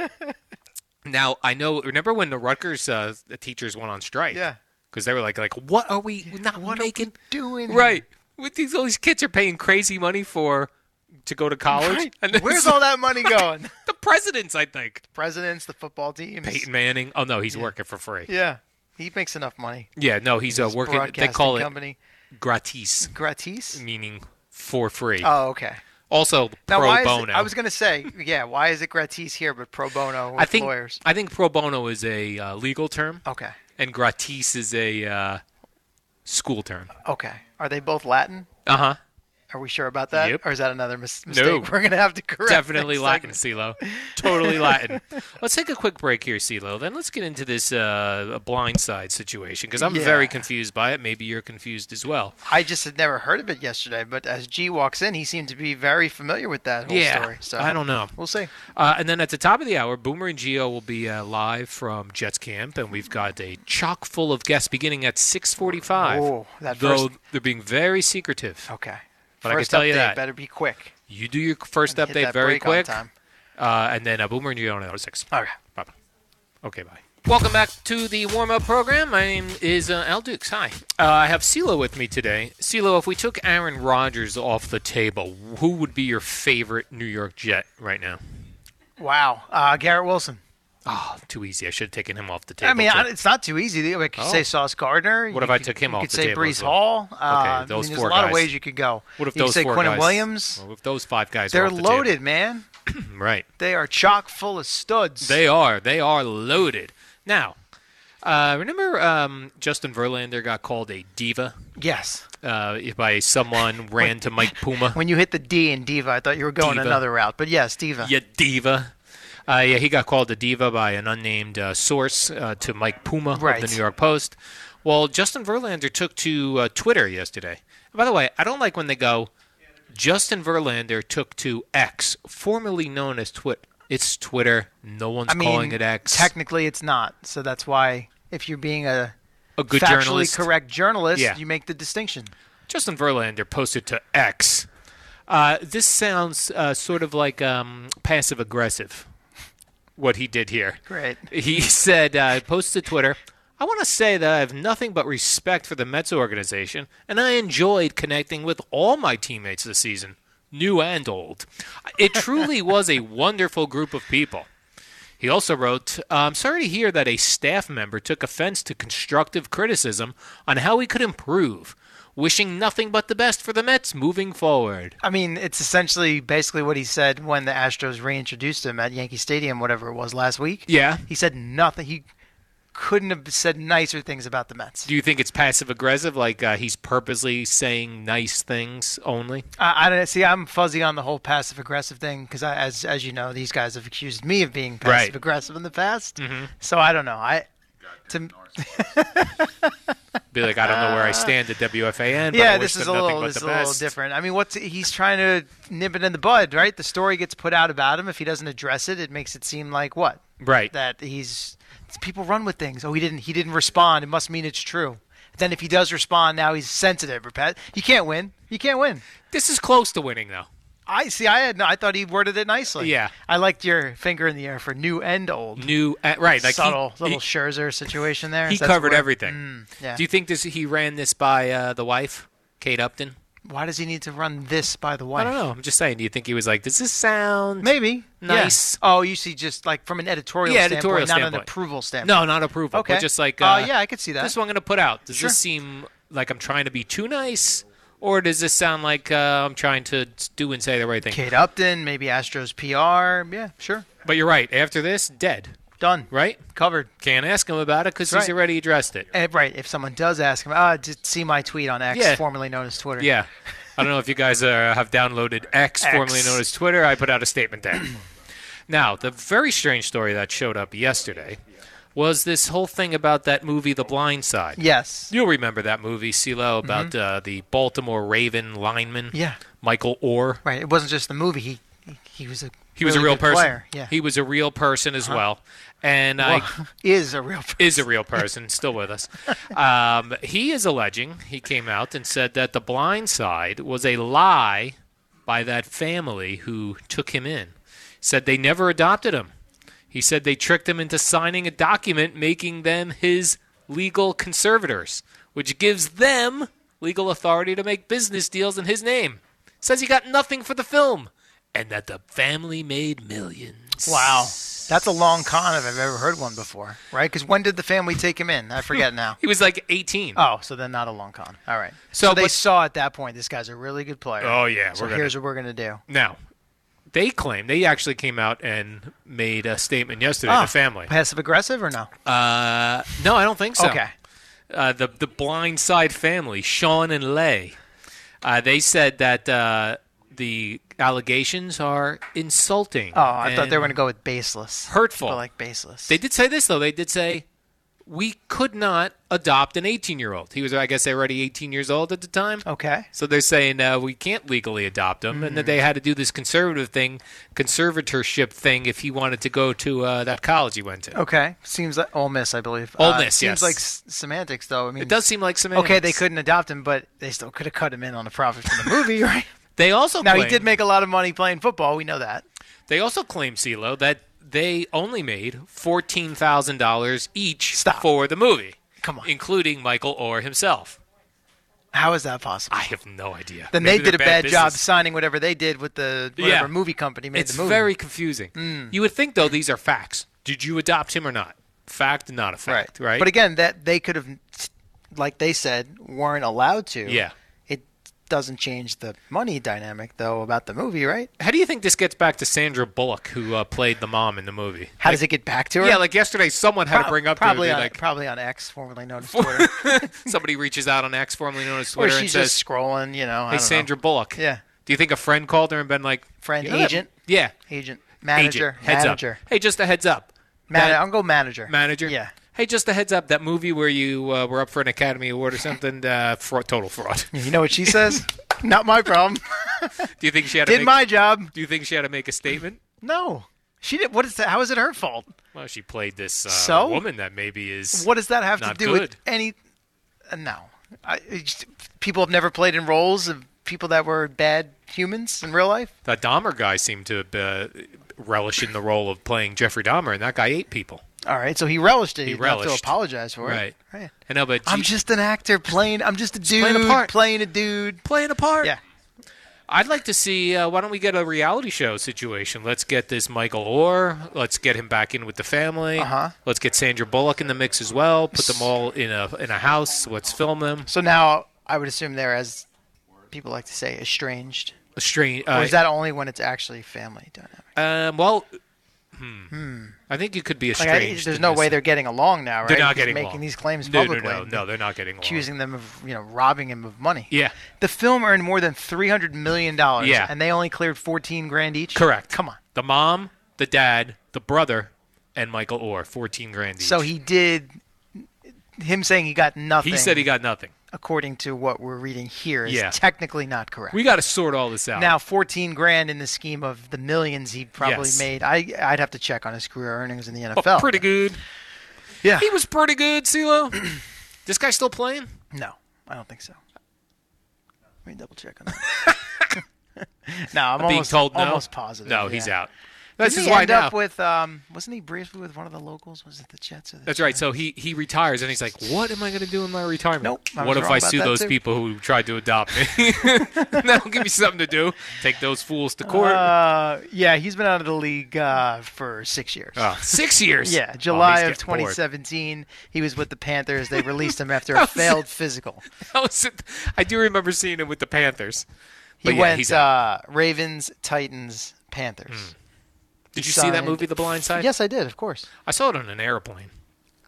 Speaker 3: Now I know. Remember when the Rutgers uh, the teachers went on strike?
Speaker 4: Yeah.
Speaker 3: Because they were like, like, what are we not making?
Speaker 4: doing here?
Speaker 3: right. With these, all these kids are paying crazy money for to go to college.
Speaker 4: Right.
Speaker 3: And then-
Speaker 4: Where's all that money going?
Speaker 3: the presidents, I think.
Speaker 4: Presidents, the football teams.
Speaker 3: Peyton Manning. Oh no, he's working for free.
Speaker 4: Yeah, he makes enough money.
Speaker 3: Yeah, no, he's, uh, working. They
Speaker 4: broadcasting
Speaker 3: call it Mm.
Speaker 4: company.
Speaker 3: gratis,
Speaker 4: gratis,
Speaker 3: meaning for free.
Speaker 4: Oh, okay.
Speaker 3: Also,
Speaker 4: Now,
Speaker 3: pro
Speaker 4: why is it-
Speaker 3: bono.
Speaker 4: I was gonna say, yeah, why is it gratis here but pro bono with
Speaker 3: I think
Speaker 4: lawyers?
Speaker 3: I think pro bono is a uh, legal term.
Speaker 4: Okay.
Speaker 3: And gratis is a uh, school term.
Speaker 4: Okay, are they both Latin?
Speaker 3: Uh huh.
Speaker 4: Are we sure about that,
Speaker 3: Yep.
Speaker 4: or is that another mis-
Speaker 3: No.
Speaker 4: mistake we're gonna have to correct?
Speaker 3: Definitely
Speaker 4: next
Speaker 3: Latin,
Speaker 4: segment?
Speaker 3: CeeLo. Totally Latin. Let's take a quick break here, CeeLo. Then let's get into this uh, blindside situation because I'm
Speaker 4: Yeah.
Speaker 3: very confused by it. Maybe you're confused as well.
Speaker 4: I just had never heard of it yesterday, but as G walks in, he seemed to be very familiar with that whole
Speaker 3: yeah,
Speaker 4: story. So
Speaker 3: I don't know.
Speaker 4: We'll see.
Speaker 3: Uh, and then at the top of the hour, Boomer and Geo will be uh, live from Jets camp, and we've got a chock full of guests beginning at 6:45.
Speaker 4: Oh, that
Speaker 3: though
Speaker 4: first- Oh.
Speaker 3: they're being very secretive.
Speaker 4: Okay,
Speaker 3: but I can
Speaker 4: First
Speaker 3: tell you
Speaker 4: update
Speaker 3: that
Speaker 4: better be quick.
Speaker 3: you do your first
Speaker 4: and hit
Speaker 3: update
Speaker 4: that
Speaker 3: very
Speaker 4: break on
Speaker 3: quick,
Speaker 4: time.
Speaker 3: Uh, and then uh, Boomer and Geo on the other six.
Speaker 4: Okay,
Speaker 3: bye. Okay, bye. Welcome back to the warm up program. My name is uh, Al Dukes. Hi. Uh, I have CeeLo with me today. CeeLo, if we took Aaron Rodgers off the table, who would be your favorite New York Jet right now?
Speaker 4: Wow, uh, Garrett Wilson.
Speaker 3: Oh, too easy. I should have taken him off the table.
Speaker 4: I mean,
Speaker 3: too.
Speaker 4: I, it's not too easy. We could
Speaker 3: Oh.
Speaker 4: say Sauce Gardner.
Speaker 3: What
Speaker 4: You
Speaker 3: if I
Speaker 4: could-
Speaker 3: took him
Speaker 4: you
Speaker 3: off
Speaker 4: could
Speaker 3: the
Speaker 4: say
Speaker 3: table as
Speaker 4: Brees
Speaker 3: well?
Speaker 4: Hall.
Speaker 3: Okay,
Speaker 4: Uh, I
Speaker 3: those
Speaker 4: mean,
Speaker 3: four
Speaker 4: There's a lot
Speaker 3: guys.
Speaker 4: of ways you could go.
Speaker 3: What if
Speaker 4: you
Speaker 3: those
Speaker 4: could say
Speaker 3: four
Speaker 4: Quentin
Speaker 3: guys-
Speaker 4: Williams.
Speaker 3: Well, if those five guys are
Speaker 4: They're
Speaker 3: off the
Speaker 4: loaded, man.
Speaker 3: table. right?
Speaker 4: They are chock full of studs.
Speaker 3: They are. They are loaded. Now, uh, remember um, Justin Verlander got called a diva
Speaker 4: yes.
Speaker 3: uh, by someone ran to Mike Puma.
Speaker 4: When you hit the D in diva, I thought you were going
Speaker 3: Diva.
Speaker 4: another route, but yes, diva.
Speaker 3: Yeah, diva. Uh, yeah, he got called a diva by an unnamed uh, source uh, to Mike Puma
Speaker 4: Right.
Speaker 3: of the New York Post. Well, Justin Verlander took to uh, Twitter yesterday. And by the way, I don't like when they go. Justin Verlander took to X, formerly known as Twitter. It's Twitter. No one's
Speaker 4: I mean,
Speaker 3: calling it X.
Speaker 4: technically it's not. So that's why if you're being a,
Speaker 3: A good
Speaker 4: factually
Speaker 3: journalist.
Speaker 4: correct journalist,
Speaker 3: Yeah.
Speaker 4: you make the distinction.
Speaker 3: Justin Verlander posted to X. Uh, this sounds uh, sort of like um, passive aggressive, what he did here.
Speaker 4: Great.
Speaker 3: He said, uh, posted to Twitter, I want to say that I have nothing but respect for the Mets organization, and I enjoyed connecting with all my teammates this season, new and old. It truly was a wonderful group of people. He also wrote, I'm sorry to hear that a staff member took offense to constructive criticism on how we could improve, wishing nothing but the best for the Mets moving forward.
Speaker 4: I mean, it's essentially basically what he said when the Astros reintroduced him at Yankee Stadium, whatever it was last week.
Speaker 3: Yeah.
Speaker 4: He said nothing. He couldn't have said nicer things about the Mets.
Speaker 3: Do you think it's passive aggressive, like uh, he's purposely saying nice things only?
Speaker 4: I, I don't see. I'm fuzzy on the whole passive aggressive thing because, as as you know, these guys have accused me of being
Speaker 3: Right. Mm-hmm.
Speaker 4: passive aggressive in the past. So I don't know. I to,
Speaker 3: Be like, I don't know where I stand at WFAN. But I
Speaker 4: yeah,
Speaker 3: wish
Speaker 4: this is a
Speaker 3: them nothing
Speaker 4: little
Speaker 3: but
Speaker 4: this
Speaker 3: the
Speaker 4: is a little
Speaker 3: best.
Speaker 4: different. I mean, what's he's trying to nip it in the bud, right? The story gets put out about him. If he doesn't address it, it makes it seem like what
Speaker 3: Right.
Speaker 4: that he's people run with things. Oh, he didn't he didn't respond. It must mean it's true. Then if he does respond, now he's sensitive. or pat- You can't win. You can't win.
Speaker 3: This is close to winning, though.
Speaker 4: I see. I had. No, I thought he worded it nicely.
Speaker 3: Yeah.
Speaker 4: I liked your finger in the air for new and old.
Speaker 3: New, uh, right? Like he-
Speaker 4: Subtle
Speaker 3: he,
Speaker 4: little Scherzer situation there.
Speaker 3: he
Speaker 4: Is that
Speaker 3: covered
Speaker 4: where-
Speaker 3: everything.
Speaker 4: Mm, yeah.
Speaker 3: Do you think this? He ran this by uh, the wife, Kate Upton.
Speaker 4: Why does he need to run this by the wife?
Speaker 3: I don't know. I'm just saying. Do you think he was like, "Does this sound
Speaker 4: Maybe. Yeah.
Speaker 3: nice?"
Speaker 4: Oh, you see, just like from an editorial,
Speaker 3: yeah,
Speaker 4: standpoint,
Speaker 3: editorial
Speaker 4: not
Speaker 3: standpoint.
Speaker 4: an approval standpoint.
Speaker 3: No, not approval.
Speaker 4: Okay.
Speaker 3: But just like, uh,
Speaker 4: Uh, yeah, I could see that.
Speaker 3: This is what I'm going to put out. Does
Speaker 4: Sure.
Speaker 3: this seem like I'm trying to be too nice, or does this sound like uh, I'm trying to do and say the right thing?
Speaker 4: Kate Upton, maybe Astros PR. Yeah, sure.
Speaker 3: But you're right. After this, dead.
Speaker 4: Done.
Speaker 3: Right?
Speaker 4: Covered.
Speaker 3: Can't ask him about it because
Speaker 4: That's
Speaker 3: he's
Speaker 4: right.
Speaker 3: already addressed it.
Speaker 4: Eh, right. If someone does ask him, ah, did see my tweet on X,
Speaker 3: Yeah.
Speaker 4: formerly known as Twitter.
Speaker 3: Yeah. I don't know if you guys uh, have downloaded X,
Speaker 4: X.
Speaker 3: formerly known as Twitter. I put out a statement there. now, the very strange story that showed up yesterday was this whole thing about that movie, The Blind Side.
Speaker 4: Yes.
Speaker 3: You'll remember that movie, CeeLo, about uh, the Baltimore Raven lineman,
Speaker 4: Mm-hmm. Yeah.
Speaker 3: Michael Orr.
Speaker 4: Right. It wasn't just the movie. He he, he was a
Speaker 3: He was a real
Speaker 4: good
Speaker 3: person.
Speaker 4: Player. Yeah.
Speaker 3: He was a real person as
Speaker 4: Uh-huh.
Speaker 3: well. And I
Speaker 4: Well, is a real person.
Speaker 3: is a real person, still with us. Um, he is alleging, he came out and said that the blind side was a lie by that family who took him in. Said they never adopted him. He said they tricked him into signing a document making them his legal conservators, which gives them legal authority to make business deals in his name. Says he got nothing for the film and that the family made millions.
Speaker 4: Wow. That's a long con if I've ever heard one before, right? Because when did the family take him in? I forget now.
Speaker 3: He was like 18.
Speaker 4: Oh, so then not a long con. All right.
Speaker 3: So,
Speaker 4: So, they
Speaker 3: but-
Speaker 4: saw at that point this guy's a really good player.
Speaker 3: Oh, yeah,
Speaker 4: So
Speaker 3: we're gonna-
Speaker 4: here's what we're gonna do.
Speaker 3: Now, they claim they actually came out and made a statement yesterday.
Speaker 4: Ah,
Speaker 3: the family.
Speaker 4: Passive aggressive or no?
Speaker 3: Uh, no, I don't think so.
Speaker 4: Okay.
Speaker 3: Uh, the the Blindside family, Sean and Lay, uh, they said that uh, the allegations are insulting.
Speaker 4: Oh, I thought they were gonna
Speaker 3: and
Speaker 4: go with baseless.
Speaker 3: hurtful.
Speaker 4: But like baseless.
Speaker 3: They did say this though. They did say we could not adopt an 18 year old. He was, I guess, already 18 years old at the time.
Speaker 4: Okay.
Speaker 3: So they're saying uh, we can't legally adopt him, and that
Speaker 4: Mm-hmm.
Speaker 3: they had to do this conservative thing, conservatorship thing, if he wanted to go to uh, that college he went to.
Speaker 4: Okay. Seems like Ole Miss, I believe.
Speaker 3: Ole
Speaker 4: Uh,
Speaker 3: Miss,
Speaker 4: Seems
Speaker 3: yes.
Speaker 4: like s- semantics, though. I mean,
Speaker 3: It does seem like
Speaker 4: Okay, they
Speaker 3: semantics.
Speaker 4: couldn't adopt him, but they still could have cut him in on the profit from the movie, right?
Speaker 3: They also
Speaker 4: now he
Speaker 3: claim-
Speaker 4: did make a lot of money playing football. We know that.
Speaker 3: They also claim, CeeLo, that they only made fourteen thousand dollars each for the movie.
Speaker 4: Come on.
Speaker 3: Including Michael Orr himself.
Speaker 4: How is that possible?
Speaker 3: I have no idea.
Speaker 4: Then
Speaker 3: Maybe
Speaker 4: they did
Speaker 3: they're
Speaker 4: a bad, job
Speaker 3: business.
Speaker 4: signing whatever they did with the whatever
Speaker 3: Yeah.
Speaker 4: movie company made
Speaker 3: It's
Speaker 4: the movie. Mm.
Speaker 3: very confusing. You would think though these are facts. Did you adopt him or not? Fact, not a fact, right?
Speaker 4: But again, that they could have, like they said, weren't allowed to.
Speaker 3: Yeah.
Speaker 4: It doesn't change the money dynamic though about the movie, right?
Speaker 3: How do you think this gets back to Sandra Bullock, who uh, played the mom in the movie?
Speaker 4: How does it get back to her?
Speaker 3: Yeah, like yesterday, someone had to
Speaker 4: Prob-
Speaker 3: bring up to her,
Speaker 4: probably
Speaker 3: be
Speaker 4: on
Speaker 3: like-
Speaker 4: probably on X, formerly known as Twitter,
Speaker 3: Somebody reaches out on X, formerly known as
Speaker 4: where
Speaker 3: Twitter, and
Speaker 4: she's
Speaker 3: says,
Speaker 4: just scrolling. You know, I don't
Speaker 3: "Hey,
Speaker 4: know.
Speaker 3: Sandra Bullock."
Speaker 4: Yeah.
Speaker 3: Do you think a friend called her and been like,
Speaker 4: friend,
Speaker 3: "You know that-
Speaker 4: agent,
Speaker 3: Yeah.
Speaker 4: agent, manager,
Speaker 3: agent, heads
Speaker 4: manager,
Speaker 3: up. Hey, just a heads up.
Speaker 4: Man-
Speaker 3: That-
Speaker 4: I'll go manager.
Speaker 3: manager.
Speaker 4: Yeah.
Speaker 3: Hey, just a heads up. That movie where you uh, were up for an Academy Award or something, uh, fraud, total fraud.
Speaker 4: You know what she says? Not my problem.
Speaker 3: Do you think she had to
Speaker 4: Did
Speaker 3: make,
Speaker 4: my job.
Speaker 3: Do you think she had to make a statement?
Speaker 4: No, she did. What is that? How is it her fault?
Speaker 3: Well, she played this uh,
Speaker 4: So?
Speaker 3: woman that maybe is.
Speaker 4: What does that have to
Speaker 3: not
Speaker 4: do
Speaker 3: good.
Speaker 4: with any? Uh, no, I, it's- people have never played in roles of people that were bad humans in real life.
Speaker 3: That Dahmer guy seemed to uh, relish in the role of playing Jeffrey Dahmer, and that guy ate people.
Speaker 4: All right, so he relished it.
Speaker 3: He
Speaker 4: He didn't have
Speaker 3: relished.
Speaker 4: to apologize for
Speaker 3: Right.
Speaker 4: it. Right.
Speaker 3: I know, but
Speaker 4: I'm
Speaker 3: gee,
Speaker 4: just an actor playing. I'm just a dude
Speaker 3: playing a part.
Speaker 4: Playing a dude.
Speaker 3: Playing a part.
Speaker 4: Yeah.
Speaker 3: I'd like to see. Uh, why don't we get a reality show situation? Let's get this Michael Orr. Let's get him back in with the family.
Speaker 4: Uh-huh.
Speaker 3: Let's get Sandra Bullock in the mix as well. Put them all in a in a house. Let's film them.
Speaker 4: So now I would assume they're as people like to say estranged.
Speaker 3: A strange.
Speaker 4: or
Speaker 3: Uh,
Speaker 4: is that only when it's actually family dynamic?
Speaker 3: Um, well, hmm. I think you could be
Speaker 4: Like, I-
Speaker 3: estranged.
Speaker 4: there's
Speaker 3: in
Speaker 4: no
Speaker 3: this.
Speaker 4: way they're getting along now, right?
Speaker 3: They're not
Speaker 4: He's
Speaker 3: getting
Speaker 4: making
Speaker 3: along.
Speaker 4: these claims
Speaker 3: No, no,
Speaker 4: publicly.
Speaker 3: no, no, they're not getting along.
Speaker 4: Accusing them of you know robbing him of money.
Speaker 3: Yeah.
Speaker 4: The film earned more than three hundred million dollars.
Speaker 3: Yeah.
Speaker 4: And they only cleared fourteen grand each.
Speaker 3: Correct.
Speaker 4: Come on.
Speaker 3: The mom, the dad, the brother, and Michael Orr, fourteen grand each.
Speaker 4: So he did. Him saying he got nothing.
Speaker 3: he said he got nothing.
Speaker 4: according to what we're reading here, is
Speaker 3: Yeah.
Speaker 4: technically not correct.
Speaker 3: We got to sort all this out.
Speaker 4: now, fourteen grand in the scheme of the millions he probably
Speaker 3: Yes.
Speaker 4: made. I I'd have to check on his career earnings in the
Speaker 3: Oh,
Speaker 4: NFL.
Speaker 3: pretty good.
Speaker 4: Yeah.
Speaker 3: He was pretty good, CeeLo. this guy still playing?
Speaker 4: No, I don't think so. Let me double check on that. no, I'm,
Speaker 3: being
Speaker 4: almost,
Speaker 3: told no?
Speaker 4: almost positive.
Speaker 3: No, he's
Speaker 4: yeah.
Speaker 3: out. This
Speaker 4: Didn't
Speaker 3: is
Speaker 4: he
Speaker 3: why
Speaker 4: end
Speaker 3: now.
Speaker 4: up with? Um, wasn't he briefly with one of the locals? Was it the Jets? Or the
Speaker 3: That's right. So he, he retires and he's like, "What am I going to do in my retirement?
Speaker 4: Nope, I
Speaker 3: what
Speaker 4: was
Speaker 3: if
Speaker 4: wrong
Speaker 3: I
Speaker 4: about
Speaker 3: sue
Speaker 4: that
Speaker 3: those
Speaker 4: too."
Speaker 3: people who tried to adopt me? That'll give me something to do. Take those fools to court.
Speaker 4: Uh, yeah, he's been out of the league uh, for six years.
Speaker 3: Oh, six years? Oh,
Speaker 4: yeah,
Speaker 3: he's
Speaker 4: July of
Speaker 3: getting bored.
Speaker 4: 2017, he was with the Panthers. They released him after
Speaker 3: That
Speaker 4: a
Speaker 3: was-
Speaker 4: failed physical.
Speaker 3: That was it. I do remember seeing him with the Panthers.
Speaker 4: He
Speaker 3: But yeah,
Speaker 4: went
Speaker 3: he's out. Hmm.
Speaker 4: uh, Ravens, Titans, Panthers.
Speaker 3: Did
Speaker 4: he
Speaker 3: you see that
Speaker 4: signed-
Speaker 3: movie, The Blind Side?
Speaker 4: Yes, I did. Of course.
Speaker 3: I saw it on an airplane.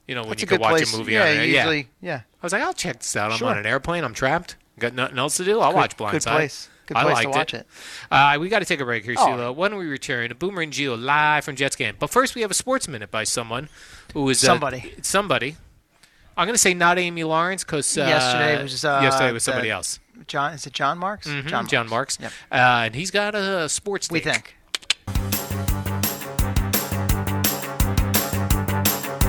Speaker 3: You know, when
Speaker 4: That's
Speaker 3: you
Speaker 4: a
Speaker 3: could
Speaker 4: good
Speaker 3: watch
Speaker 4: place.
Speaker 3: a movie
Speaker 4: Yeah,
Speaker 3: on an air- yeah.
Speaker 4: usually- yeah.
Speaker 3: I was like, I'll check this out. I'm
Speaker 4: Sure.
Speaker 3: on an airplane. I'm trapped. Got nothing else to do. I'll
Speaker 4: Good-
Speaker 3: watch Blind
Speaker 4: good
Speaker 3: Side.
Speaker 4: place. Good
Speaker 3: I
Speaker 4: place to
Speaker 3: liked
Speaker 4: watch
Speaker 3: it.
Speaker 4: it. Oh.
Speaker 3: Uh, we got to take a break here,
Speaker 4: All
Speaker 3: Sheila. When we return, Boomer and Geo live from Jets game. But first, we have a sports minute by someone who is uh,
Speaker 4: Somebody.
Speaker 3: Somebody. I'm going to say not Amy Lawrence because uh,
Speaker 4: yesterday was uh,
Speaker 3: yesterday was somebody
Speaker 4: the-
Speaker 3: else.
Speaker 4: John is it John Marks?
Speaker 3: Mhm,
Speaker 4: John.
Speaker 3: John Marks. Uh, and he's got a sports.
Speaker 4: We
Speaker 3: take.
Speaker 4: think.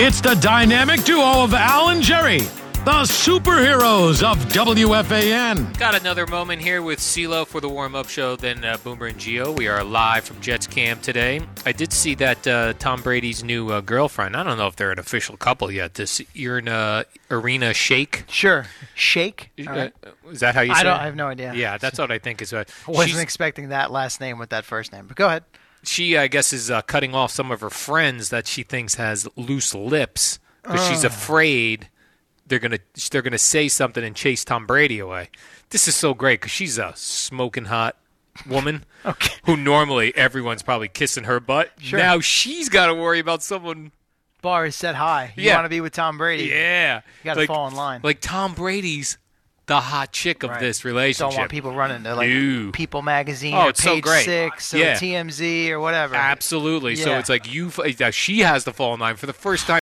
Speaker 2: It's the dynamic duo of Al and Jerry. the superheroes of WFAN.
Speaker 3: Got another moment here with CeeLo for the warm up show, then uh, Boomer and Geo. We are live from Jets Camp today. I did see that uh, Tom Brady's new uh, girlfriend. I don't know if they're an official couple yet. This Irina, Irina Shake.
Speaker 4: Sure. Shake? All right.
Speaker 3: Is that how you
Speaker 4: I
Speaker 3: say
Speaker 4: don't-
Speaker 3: it?
Speaker 4: I have no idea.
Speaker 3: uh, Yeah, that's what I think is what.
Speaker 4: I wasn't
Speaker 3: she's-
Speaker 4: expecting that last name with that first name, but go ahead.
Speaker 3: she I guess is uh, cutting off some of her friends that she thinks has loose lips because she's
Speaker 4: Ah.
Speaker 3: afraid they're gonna they're gonna say something and chase Tom Brady away. This is so great because she's a smoking hot woman who normally everyone's probably kissing her butt.
Speaker 4: Sure.
Speaker 3: Now she's got to worry about someone.
Speaker 4: Bar is set high. You
Speaker 3: Yeah.
Speaker 4: want to be with Tom Brady.
Speaker 3: Yeah,
Speaker 4: You got to
Speaker 3: Like-
Speaker 4: fall in line.
Speaker 3: Like Tom Brady's the hot chick of
Speaker 4: Right.
Speaker 3: this relationship.
Speaker 4: Don't want people running to like
Speaker 3: No.
Speaker 4: People Magazine
Speaker 3: Oh,
Speaker 4: or
Speaker 3: it's
Speaker 4: Page
Speaker 3: so great.
Speaker 4: Six or
Speaker 3: Yeah.
Speaker 4: TMZ or whatever.
Speaker 3: Absolutely. So
Speaker 4: Yeah.
Speaker 3: uh, it's like you. f- She has to fall in line for the first time.